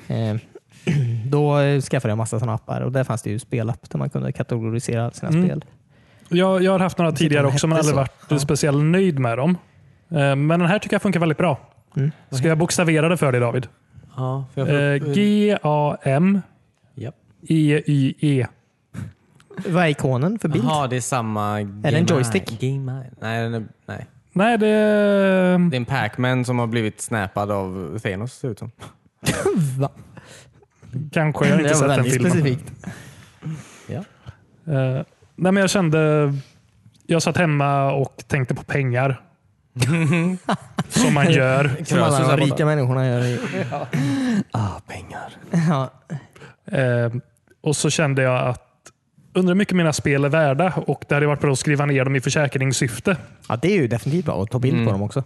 [SPEAKER 2] Eh, *clears throat* då eh, skaffade jag massa sådana appar och där fanns det ju spelapp där man kunde kategorisera sina
[SPEAKER 1] Mm.
[SPEAKER 2] spel.
[SPEAKER 1] Jag, jag har haft några tidigare
[SPEAKER 2] de
[SPEAKER 1] också men
[SPEAKER 2] hette
[SPEAKER 1] aldrig
[SPEAKER 2] så.
[SPEAKER 1] varit speciellt nöjd med dem. Eh, Men den här tycker jag funkar väldigt bra.
[SPEAKER 2] Mm.
[SPEAKER 1] Ska jag bokstavera det för dig David?
[SPEAKER 3] Ja, för
[SPEAKER 1] Eh, G-A-M-I-Y-E.
[SPEAKER 3] Japp.
[SPEAKER 1] E
[SPEAKER 2] Vad är ikonen för bild?
[SPEAKER 3] Jaha, det är samma...
[SPEAKER 2] det en joystick?
[SPEAKER 3] Game Eye. Nej, den är, nej,
[SPEAKER 1] Nej, det...
[SPEAKER 3] det är en Pac-Man som har blivit snäpad av Thanos ser det ut som.
[SPEAKER 2] Va?
[SPEAKER 1] Kanske. Jag har inte
[SPEAKER 2] Det
[SPEAKER 1] sett den
[SPEAKER 2] var väldigt
[SPEAKER 1] filmen.
[SPEAKER 2] specifikt.
[SPEAKER 1] Eh, nej, men jag kände... Jag satt hemma och tänkte på pengar. Som man gör.
[SPEAKER 2] Som alla
[SPEAKER 3] Krösus här
[SPEAKER 2] de
[SPEAKER 3] borta.
[SPEAKER 2] rika människorna gör. I,
[SPEAKER 4] Ah, pengar.
[SPEAKER 2] *laughs* ja.
[SPEAKER 1] Eh, och så kände jag att undrar hur mycket mina spel är värda och det hade varit bra att skriva ner dem i försäkringssyfte.
[SPEAKER 2] ja, det är ju definitivt bra. Och ta bild på dem också.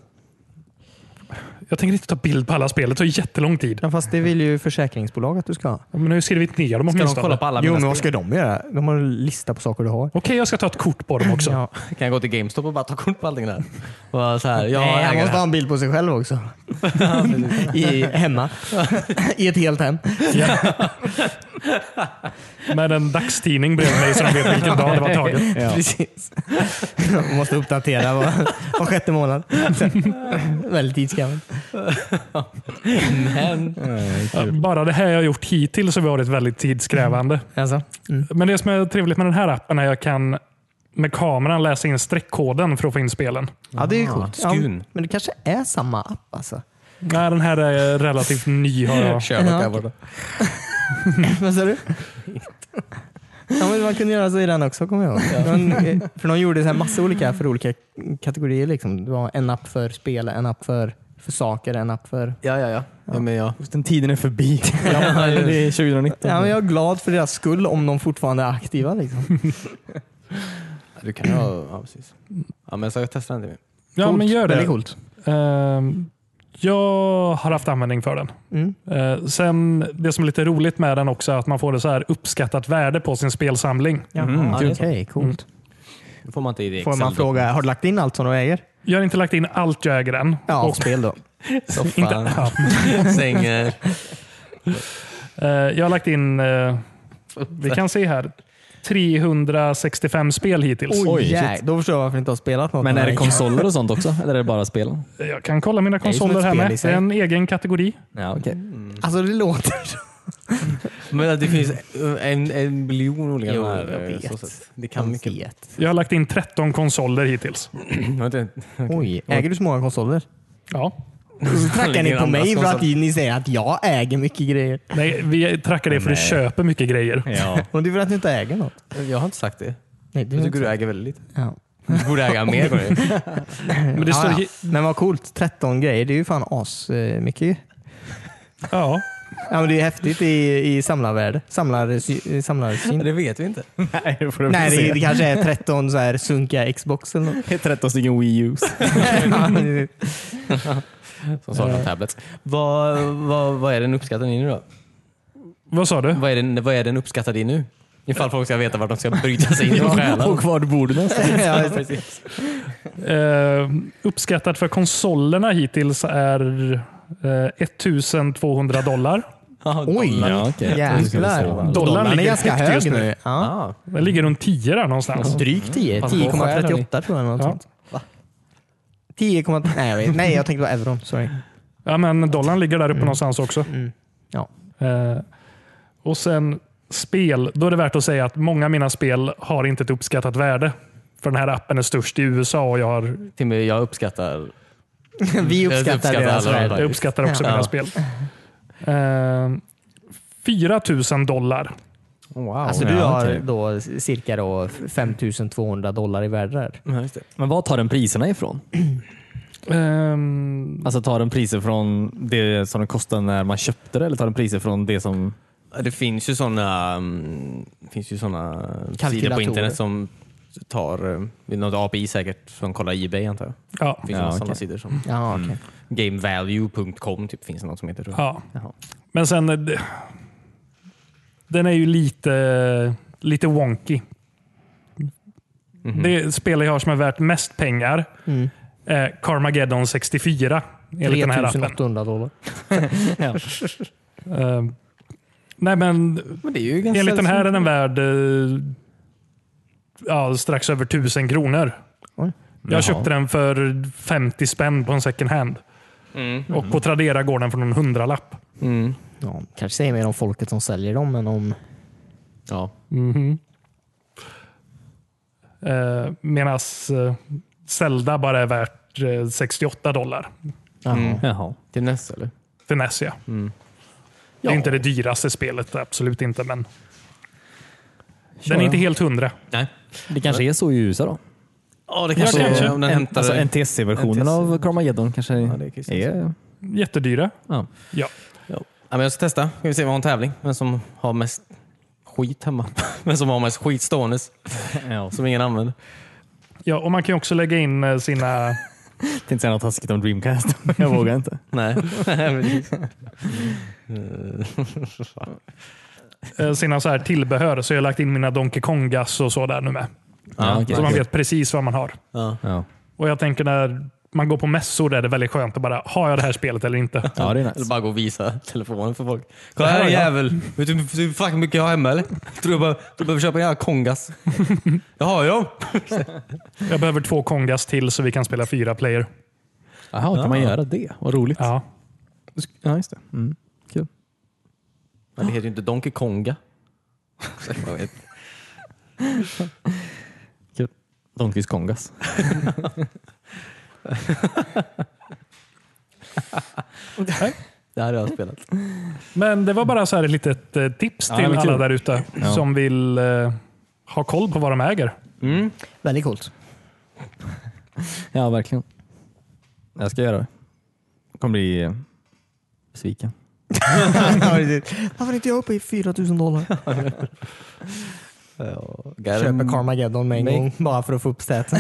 [SPEAKER 1] Jag tänker inte ta bild på alla spel. Det tar jättelång tid.
[SPEAKER 2] Ja, fast det vill ju försäkringsbolaget att du ska ha.
[SPEAKER 1] Ja, Men nu har ju skrivit ner dem
[SPEAKER 3] Ska de
[SPEAKER 1] åtminstone.
[SPEAKER 3] kolla på alla
[SPEAKER 2] Jo,
[SPEAKER 3] mina
[SPEAKER 2] men vad
[SPEAKER 3] spel?
[SPEAKER 2] ska de göra? De har en lista på saker du har.
[SPEAKER 1] Okej, jag ska ta ett kort på dem också.
[SPEAKER 2] Ja.
[SPEAKER 3] Kan jag gå till GameStop och bara ta kort på allting där? Och så här, jag
[SPEAKER 2] Nej, han
[SPEAKER 3] äger
[SPEAKER 2] måste
[SPEAKER 3] det
[SPEAKER 2] ha
[SPEAKER 3] här.
[SPEAKER 2] en bild på sig själv *laughs* också. I, *laughs* hemma. I ett helt hem.
[SPEAKER 1] Med en dagstidning bredvid mig så de vet vilken dag det var taget.
[SPEAKER 2] Precis. *laughs* Man måste uppdatera var, var sjätte *laughs* månad. Väldigt tidskrävande.
[SPEAKER 3] Men,
[SPEAKER 1] Ja, Bara det här jag har gjort hittills har varit väldigt tidskrävande.
[SPEAKER 2] Alltså. Mm.
[SPEAKER 1] Men det som är trevligt med den här appen är att jag kan med kameran läsa in streckkoden för att få in spelen.
[SPEAKER 2] Ja, det är ju
[SPEAKER 3] Ah,
[SPEAKER 2] coolt.
[SPEAKER 3] skun.
[SPEAKER 2] Ja, men det kanske är samma app alltså.
[SPEAKER 1] Nej, den här är relativt ny. Har jag.
[SPEAKER 3] Sherlock
[SPEAKER 2] Ja.
[SPEAKER 3] där borta.
[SPEAKER 2] Vad sa du? Ja, men man kunde göra så i den också kommer jag ihåg. Men, eh, för de gjorde så här massa olika för olika kategorier. Liksom. Det var en app för spel, en app för, för saker, en app för...
[SPEAKER 3] Ja, ja, ja. ja. Men jag,
[SPEAKER 4] Just den tiden är förbi. *laughs* ja, det är 2019.
[SPEAKER 2] Ja, men jag är glad för deras skull om de fortfarande är aktiva. Liksom.
[SPEAKER 3] du kan ju ha... Ja, precis. Ja, men så jag testar den till mig.
[SPEAKER 1] Ja, men gör
[SPEAKER 2] Väldigt
[SPEAKER 1] det.
[SPEAKER 2] coolt.
[SPEAKER 1] Ehm, Jag har haft användning för den.
[SPEAKER 2] Mm.
[SPEAKER 1] Eh, Sen Det som är lite roligt med den också är att man får det så här uppskattat värde på sin spelsamling.
[SPEAKER 3] Mm,
[SPEAKER 2] Jaha,
[SPEAKER 3] kul.
[SPEAKER 2] Okej, coolt.
[SPEAKER 3] Då får man inte i det
[SPEAKER 2] Får man fråga, har du lagt in allt som du äger?
[SPEAKER 1] Jag har inte lagt in allt jag äger än.
[SPEAKER 2] Ja,
[SPEAKER 1] Och,
[SPEAKER 2] spel då.
[SPEAKER 3] Soffan,
[SPEAKER 1] *laughs*
[SPEAKER 3] *laughs* sängen.
[SPEAKER 1] eh, jag har lagt in, eh, vi kan se här, 365 spel hittills.
[SPEAKER 4] Oj, shit.
[SPEAKER 2] Jä- då förstår jag varför du inte har spelat något.
[SPEAKER 4] Men
[SPEAKER 2] av
[SPEAKER 4] är det
[SPEAKER 2] här.
[SPEAKER 4] konsoler och sånt också? Eller är det bara spel?
[SPEAKER 1] Jag kan kolla mina
[SPEAKER 2] är ju som
[SPEAKER 1] konsoler
[SPEAKER 2] ett
[SPEAKER 1] här
[SPEAKER 2] spel
[SPEAKER 1] med.
[SPEAKER 2] i
[SPEAKER 1] Det
[SPEAKER 2] sig.
[SPEAKER 1] är en egen kategori.
[SPEAKER 4] Ja, okay.
[SPEAKER 2] Alltså det låter så.
[SPEAKER 3] Men att det finns en, en miljon olika
[SPEAKER 2] Jo,
[SPEAKER 3] de här,
[SPEAKER 2] jag
[SPEAKER 3] eh,
[SPEAKER 2] vet.
[SPEAKER 3] så sätt. Det kan mycket.
[SPEAKER 2] Vet.
[SPEAKER 1] Jag har lagt in 13 konsoler hittills.
[SPEAKER 3] Jag vet inte.
[SPEAKER 2] Oj, äger du så många konsoler?
[SPEAKER 1] Ja.
[SPEAKER 2] Och så trackar ni
[SPEAKER 3] Mm. Ligger
[SPEAKER 2] på mig
[SPEAKER 3] andra
[SPEAKER 2] för att
[SPEAKER 3] konsol.
[SPEAKER 2] ni säger att jag äger mycket grejer.
[SPEAKER 1] Nej, vi trackar det för du köper mycket grejer.
[SPEAKER 4] ja.
[SPEAKER 2] Och det är för att ni inte äger något.
[SPEAKER 3] Jag har inte sagt det.
[SPEAKER 2] Nej, det
[SPEAKER 3] Jag tycker du äger väldigt lite.
[SPEAKER 2] Ja.
[SPEAKER 3] Du borde äga mer. går det.
[SPEAKER 1] Men det står...
[SPEAKER 2] Ja, ja. Men vad coolt, 13 grejer. Det är ju fan as eh, mycket.
[SPEAKER 1] Ja.
[SPEAKER 2] Ja, men det är häftigt i, i samlarvärde. Samlar, samlarsyn.
[SPEAKER 3] *laughs* Det vet vi inte.
[SPEAKER 4] *laughs* Nej, det får du
[SPEAKER 2] Nej,
[SPEAKER 4] väl
[SPEAKER 2] det, det
[SPEAKER 4] se.
[SPEAKER 2] kanske är 13 så här sunkiga Xbox eller
[SPEAKER 3] *laughs*
[SPEAKER 2] något.
[SPEAKER 4] Det är 13 stycken Wii U's.
[SPEAKER 2] Ja,
[SPEAKER 3] Som saknar tablets. Vad, vad, vad är den uppskattad i nu då?
[SPEAKER 1] Vad sa du?
[SPEAKER 3] Vad är den, vad är den uppskattad i nu? Ifall folk ska veta vart de ska bryta sig in och stjäla.
[SPEAKER 4] Och var du bor
[SPEAKER 3] *laughs*
[SPEAKER 4] du någonstans?
[SPEAKER 2] ja,
[SPEAKER 1] Eh, uppskattat för konsolerna hittills är eh, 1200 dollar.
[SPEAKER 2] Oj!
[SPEAKER 4] Ja, okej.
[SPEAKER 2] Jävlar.
[SPEAKER 1] Dollarn
[SPEAKER 2] är
[SPEAKER 1] ligger
[SPEAKER 2] ganska
[SPEAKER 1] högt
[SPEAKER 2] hög
[SPEAKER 1] just nu.
[SPEAKER 2] nu. Ja.
[SPEAKER 3] Ah,
[SPEAKER 1] Den ligger runt 10 där någonstans.
[SPEAKER 2] Drygt 10.
[SPEAKER 3] Pass på att skära,
[SPEAKER 2] 10,38 tror jag. eller Något
[SPEAKER 1] Ja.
[SPEAKER 2] sånt. 10, nej, jag vet. nej, jag tänkte på euron. Sorry.
[SPEAKER 3] Mm.
[SPEAKER 1] Ja, men dollarn ligger där uppe någonstans också.
[SPEAKER 2] Mm. Ja.
[SPEAKER 1] Eh, och sen spel. Då är det värt att säga att många av mina spel har inte ett uppskattat värde. För den här appen är störst i USA och jag har
[SPEAKER 3] Timmy, jag uppskattar
[SPEAKER 2] Vi
[SPEAKER 3] Jag
[SPEAKER 2] uppskattar
[SPEAKER 3] uppskattar
[SPEAKER 2] deras
[SPEAKER 3] alla de
[SPEAKER 1] Jag
[SPEAKER 2] värld.
[SPEAKER 3] Faktiskt.
[SPEAKER 1] uppskattar också
[SPEAKER 3] Ja.
[SPEAKER 1] mina spel. Uh, 4 000 dollar.
[SPEAKER 4] Oh, Wow.
[SPEAKER 2] Alltså du
[SPEAKER 4] Ja,
[SPEAKER 2] har
[SPEAKER 4] okej.
[SPEAKER 2] då cirka då 5200 dollar i värde där.
[SPEAKER 3] Ja, just det.
[SPEAKER 4] Men var tar den priserna ifrån?
[SPEAKER 1] Ehm,
[SPEAKER 4] Alltså tar den priser från det som den kostade när man köpte det eller tar den priser från det som...
[SPEAKER 3] Ja, Det finns ju sådana mm, det finns ju såna sidor
[SPEAKER 2] Kalkylatorer.
[SPEAKER 3] på internet som tar eh, något API säkert som kollar Ebay antar jag.
[SPEAKER 1] ja.
[SPEAKER 3] Det finns
[SPEAKER 4] Ja,
[SPEAKER 3] ja, sådana
[SPEAKER 4] okej.
[SPEAKER 3] sidor som
[SPEAKER 1] Mm.
[SPEAKER 2] Ja, okej.
[SPEAKER 3] gamevalue.com typ finns det något som heter. tror jag.
[SPEAKER 1] ja. Men sen, eh, d- den är ju lite, lite wonky. Det spel jag har som är värt mest pengar
[SPEAKER 2] Mm.
[SPEAKER 1] är Carmageddon 64. Enligt den här appen.
[SPEAKER 2] 3800 dollar.
[SPEAKER 1] Ehm, nej men
[SPEAKER 3] Men det är ju ganska
[SPEAKER 1] enligt den här är den värd eh, ja, strax över 1000 kronor.
[SPEAKER 2] Oj.
[SPEAKER 4] Jaha.
[SPEAKER 1] Jag köpte den för 50 spänn på en second hand.
[SPEAKER 3] Mm.
[SPEAKER 1] Och på Tradera går den för någon hundralapp.
[SPEAKER 3] Mm.
[SPEAKER 2] Ja, kanske säger mer om folket som säljer dem än om...
[SPEAKER 3] Ja.
[SPEAKER 1] mm Medan eh, Zelda bara är värt eh, 68 dollar.
[SPEAKER 2] Jaha.
[SPEAKER 4] Jaha.
[SPEAKER 3] Till nästa eller?
[SPEAKER 1] Finessia. Det är
[SPEAKER 2] Ja.
[SPEAKER 1] inte det dyraste spelet, absolut inte. Men den är inte helt hundra.
[SPEAKER 3] Nej.
[SPEAKER 4] Det kanske är så i USA då?
[SPEAKER 3] Ja det
[SPEAKER 1] kanske
[SPEAKER 3] kanske
[SPEAKER 1] är.
[SPEAKER 3] är. Om den
[SPEAKER 4] en,
[SPEAKER 3] hämtar...
[SPEAKER 4] alltså NTSC-versionen
[SPEAKER 3] NTSC.
[SPEAKER 4] av Carmageddon kanske
[SPEAKER 3] det kan ju
[SPEAKER 4] är...
[SPEAKER 1] Jättedyra.
[SPEAKER 4] Ja.
[SPEAKER 1] Ja.
[SPEAKER 3] Ja, men jag ska testa. Ska vi se, vi har en tävling. Vem som har mest skit hemma. *laughs* Vem som har mest skit ståendes.
[SPEAKER 4] Ja.
[SPEAKER 3] Som ingen använder.
[SPEAKER 1] ja, och man kan ju också lägga in eh, sina...
[SPEAKER 4] Tänkte säga något taskigt om Dreamcast, *laughs* men jag vågar inte.
[SPEAKER 3] Nej. *laughs* Precis.
[SPEAKER 1] eh, sina så här tillbehör. Så jag har lagt in mina Donkey Kongas och så där nu med.
[SPEAKER 3] Ja,
[SPEAKER 4] okej.
[SPEAKER 1] Så man vet precis vad man har.
[SPEAKER 3] ja.
[SPEAKER 4] Ja.
[SPEAKER 1] Och jag tänker när man går på mässor där är det väldigt skönt att bara, har jag det här spelet eller
[SPEAKER 4] *laughs*
[SPEAKER 1] inte?
[SPEAKER 4] ja, det är
[SPEAKER 3] Eller
[SPEAKER 4] nice.
[SPEAKER 3] bara gå och visa telefonen för folk. Kolla
[SPEAKER 1] Det här
[SPEAKER 3] här
[SPEAKER 1] har jag.
[SPEAKER 3] jävel! Vet du hur fucking mycket jag har hemma eller? Tror du bara, tror du behöver köpa en jävla *laughs* kongas? Jag har ju dem!
[SPEAKER 1] Jag behöver två Kongas till så vi kan spela fyra player.
[SPEAKER 4] Jaha, kan man göra det? Vad roligt.
[SPEAKER 1] Ja.
[SPEAKER 4] Ja, just det. Mm. Kul.
[SPEAKER 3] Men det heter ju inte Donkey *laughs* Konga. Så jag vet.
[SPEAKER 4] Kul. Donkis Kongas.
[SPEAKER 3] Det här har jag spelat.
[SPEAKER 1] Men det var bara så här ett litet eh, tips
[SPEAKER 4] Ja,
[SPEAKER 1] till
[SPEAKER 4] men kul.
[SPEAKER 1] alla där ute som vill eh, ha koll på vad de äger.
[SPEAKER 3] Mm.
[SPEAKER 2] Väldigt coolt.
[SPEAKER 4] Ja, verkligen. Jag ska göra det. Kommer bli eh, *laughs* besviken.
[SPEAKER 2] Varför inte jag uppe i 4000 *laughs* dollar? Köper Carmageddon med en
[SPEAKER 3] Nej.
[SPEAKER 2] gång bara för att få upp statsen.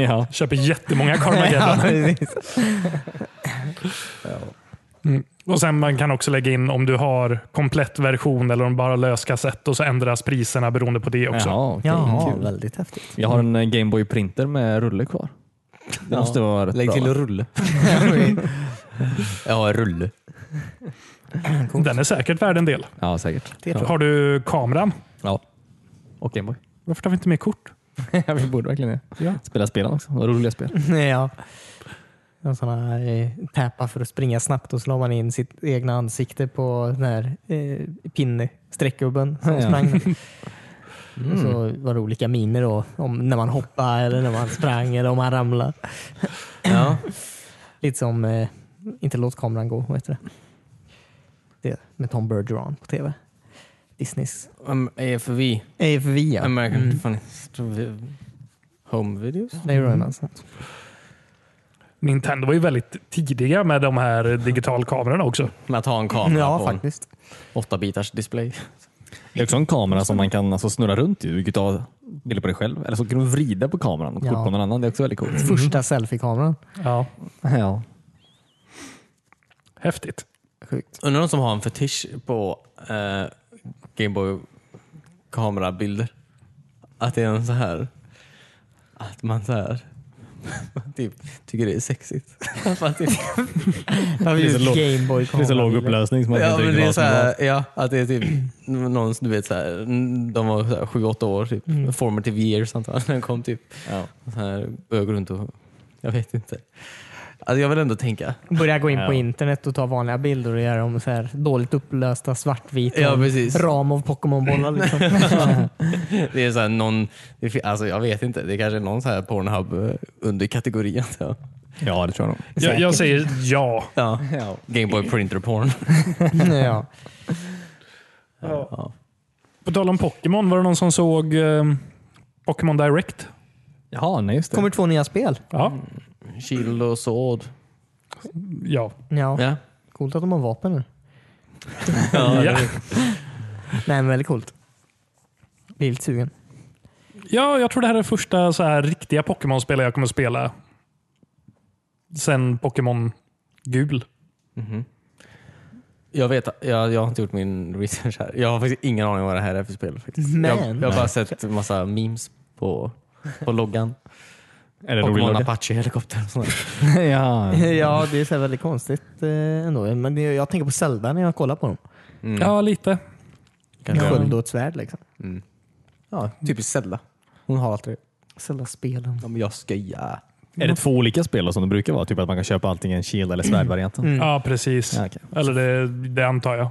[SPEAKER 4] ja.
[SPEAKER 1] Köper jättemånga
[SPEAKER 2] *laughs*
[SPEAKER 4] *laughs*
[SPEAKER 1] Carmageddon.
[SPEAKER 2] precis.
[SPEAKER 1] Och sen man kan också lägga in om du har komplett version eller om bara lös kassett och så ändras priserna beroende på det också.
[SPEAKER 4] Jaha, okej.
[SPEAKER 2] Jaha,
[SPEAKER 4] Kul.
[SPEAKER 2] väldigt häftigt.
[SPEAKER 4] Jag har en eh, Gameboy printer med rulle kvar. Det måste vara rätt
[SPEAKER 3] Lägg
[SPEAKER 4] bra.
[SPEAKER 3] till
[SPEAKER 4] va?
[SPEAKER 3] rulle. jag har rulle.
[SPEAKER 1] Den är säkert värd en del.
[SPEAKER 4] Ja, säkert. Ja.
[SPEAKER 1] Har du kameran?
[SPEAKER 4] ja. Och *laughs* Gameboy.
[SPEAKER 1] Varför tar vi inte med kort?
[SPEAKER 4] Vi borde verkligen det.
[SPEAKER 1] Ja.
[SPEAKER 4] Spela spelen också. Det var Roliga spel.
[SPEAKER 2] *laughs* ja. Jag har såna här eh, täpar för att springa snabbt och så la man in sitt egna ansikte på den här eh, pinnstreckgubben som
[SPEAKER 4] Ja.
[SPEAKER 2] sprang. Mm. Och så var det olika miner då, om när man hoppade eller när man sprang eller om man ramlade.
[SPEAKER 3] Ja.
[SPEAKER 2] Lite som eh, Inte låt kameran gå, vad heter det? det med Tom Bergeron på tv. Disneys Mm.
[SPEAKER 3] Um, AFV.
[SPEAKER 2] AFV ja.
[SPEAKER 3] American Funny Story. Home videos?
[SPEAKER 2] Nej, Romance.
[SPEAKER 1] Nintendo var ju väldigt tidiga med de här digitalkamerorna också.
[SPEAKER 3] Med att ha en kamera
[SPEAKER 2] Ja,
[SPEAKER 3] på
[SPEAKER 2] faktiskt.
[SPEAKER 3] en 8-bitars display.
[SPEAKER 4] Det är också en kamera som man kan alltså, snurra runt i, vilket tar bilder på dig själv. Eller så kan du vrida på kameran och kort
[SPEAKER 2] Ja. Mm.
[SPEAKER 4] på någon annan. Det är också väldigt coolt.
[SPEAKER 2] Första selfie-kameran.
[SPEAKER 1] Ja,
[SPEAKER 4] Ja.
[SPEAKER 1] häftigt.
[SPEAKER 2] Sjukt.
[SPEAKER 3] Undrar någon som har en fetisch på eh, Gameboy kamerabilder? Att det är en så här... Att man så här... *laughs* man typ tycker det är sexigt. *laughs* Att man typ,
[SPEAKER 4] Det är så låg- Det är så låg
[SPEAKER 2] Gameboy-kamera.
[SPEAKER 4] upplösning. som man
[SPEAKER 3] ja,
[SPEAKER 4] inte
[SPEAKER 3] men
[SPEAKER 4] riktigt
[SPEAKER 3] det är
[SPEAKER 4] vet
[SPEAKER 3] så
[SPEAKER 4] vad
[SPEAKER 3] här,
[SPEAKER 4] som
[SPEAKER 3] ja, att det är typ någon, du vet, så här, de var så här sju, åtta år, typ, formative years antar jag, *laughs* när den kom. Typ,
[SPEAKER 4] var. Ja.
[SPEAKER 3] så här, började gå runt och... Jag vet inte. Alltså, jag vill ändå tänka.
[SPEAKER 2] Börja gå in
[SPEAKER 4] Ja.
[SPEAKER 2] på internet och ta vanliga bilder och göra dem så här dåligt upplösta svartvita.
[SPEAKER 3] Ja, precis.
[SPEAKER 2] Ram av Pokémon-bollar. Liksom.
[SPEAKER 3] Det är så här någon, det, fin- alltså jag vet inte, det kanske är någon så här Pornhub eh, underkategori antar jag.
[SPEAKER 4] Ja, det tror jag nog.
[SPEAKER 1] Jag, jag säger ja.
[SPEAKER 3] Ja. Gameboy printer porn.
[SPEAKER 2] *laughs* ja.
[SPEAKER 3] Ja.
[SPEAKER 1] På tal om Pokémon, var det någon som såg eh, Pokémon Direct?
[SPEAKER 4] Jaha, nej just det.
[SPEAKER 2] kommer två nya spel.
[SPEAKER 1] Ja.
[SPEAKER 3] Shield och sword.
[SPEAKER 1] Ja.
[SPEAKER 2] Ja,
[SPEAKER 3] Ja.
[SPEAKER 2] Coolt att de har vapen nu.
[SPEAKER 1] Ja.
[SPEAKER 2] Nej, men väldigt coolt. Blir lite sugen.
[SPEAKER 1] ja, jag tror det här är första så här riktiga Pokémon-spel jag kommer spela. Sen Pokémon Gul.
[SPEAKER 3] Jag vet, jag, jag har inte gjort min research här. Jag har faktiskt ingen aning vad det här är för spel. Faktiskt.
[SPEAKER 2] Men-
[SPEAKER 3] Jag, jag har bara sett en massa memes på, på loggan.
[SPEAKER 4] Är det rolig
[SPEAKER 3] Pokémon
[SPEAKER 4] *laughs* logga?
[SPEAKER 3] Apache-helikopter och sånt. där.
[SPEAKER 4] ja.
[SPEAKER 2] *laughs* ja, det är så här väldigt konstigt eh, ändå. Men det, jag tänker på Zelda när jag kollar på dem.
[SPEAKER 1] Ja, lite.
[SPEAKER 2] En
[SPEAKER 3] Kanske.
[SPEAKER 2] sköld och ett svärd liksom.
[SPEAKER 3] Ja, typiskt Zelda. Hon har alltid det.
[SPEAKER 2] Zelda-spelen.
[SPEAKER 3] Ja, men jag ska ja.
[SPEAKER 4] Är det två olika spel då, som det brukar vara? Typ att man kan köpa antingen shield eller svärdvarianten?
[SPEAKER 2] Mm.
[SPEAKER 1] Ja, precis.
[SPEAKER 4] Ja, okej.
[SPEAKER 1] Eller det, det antar jag.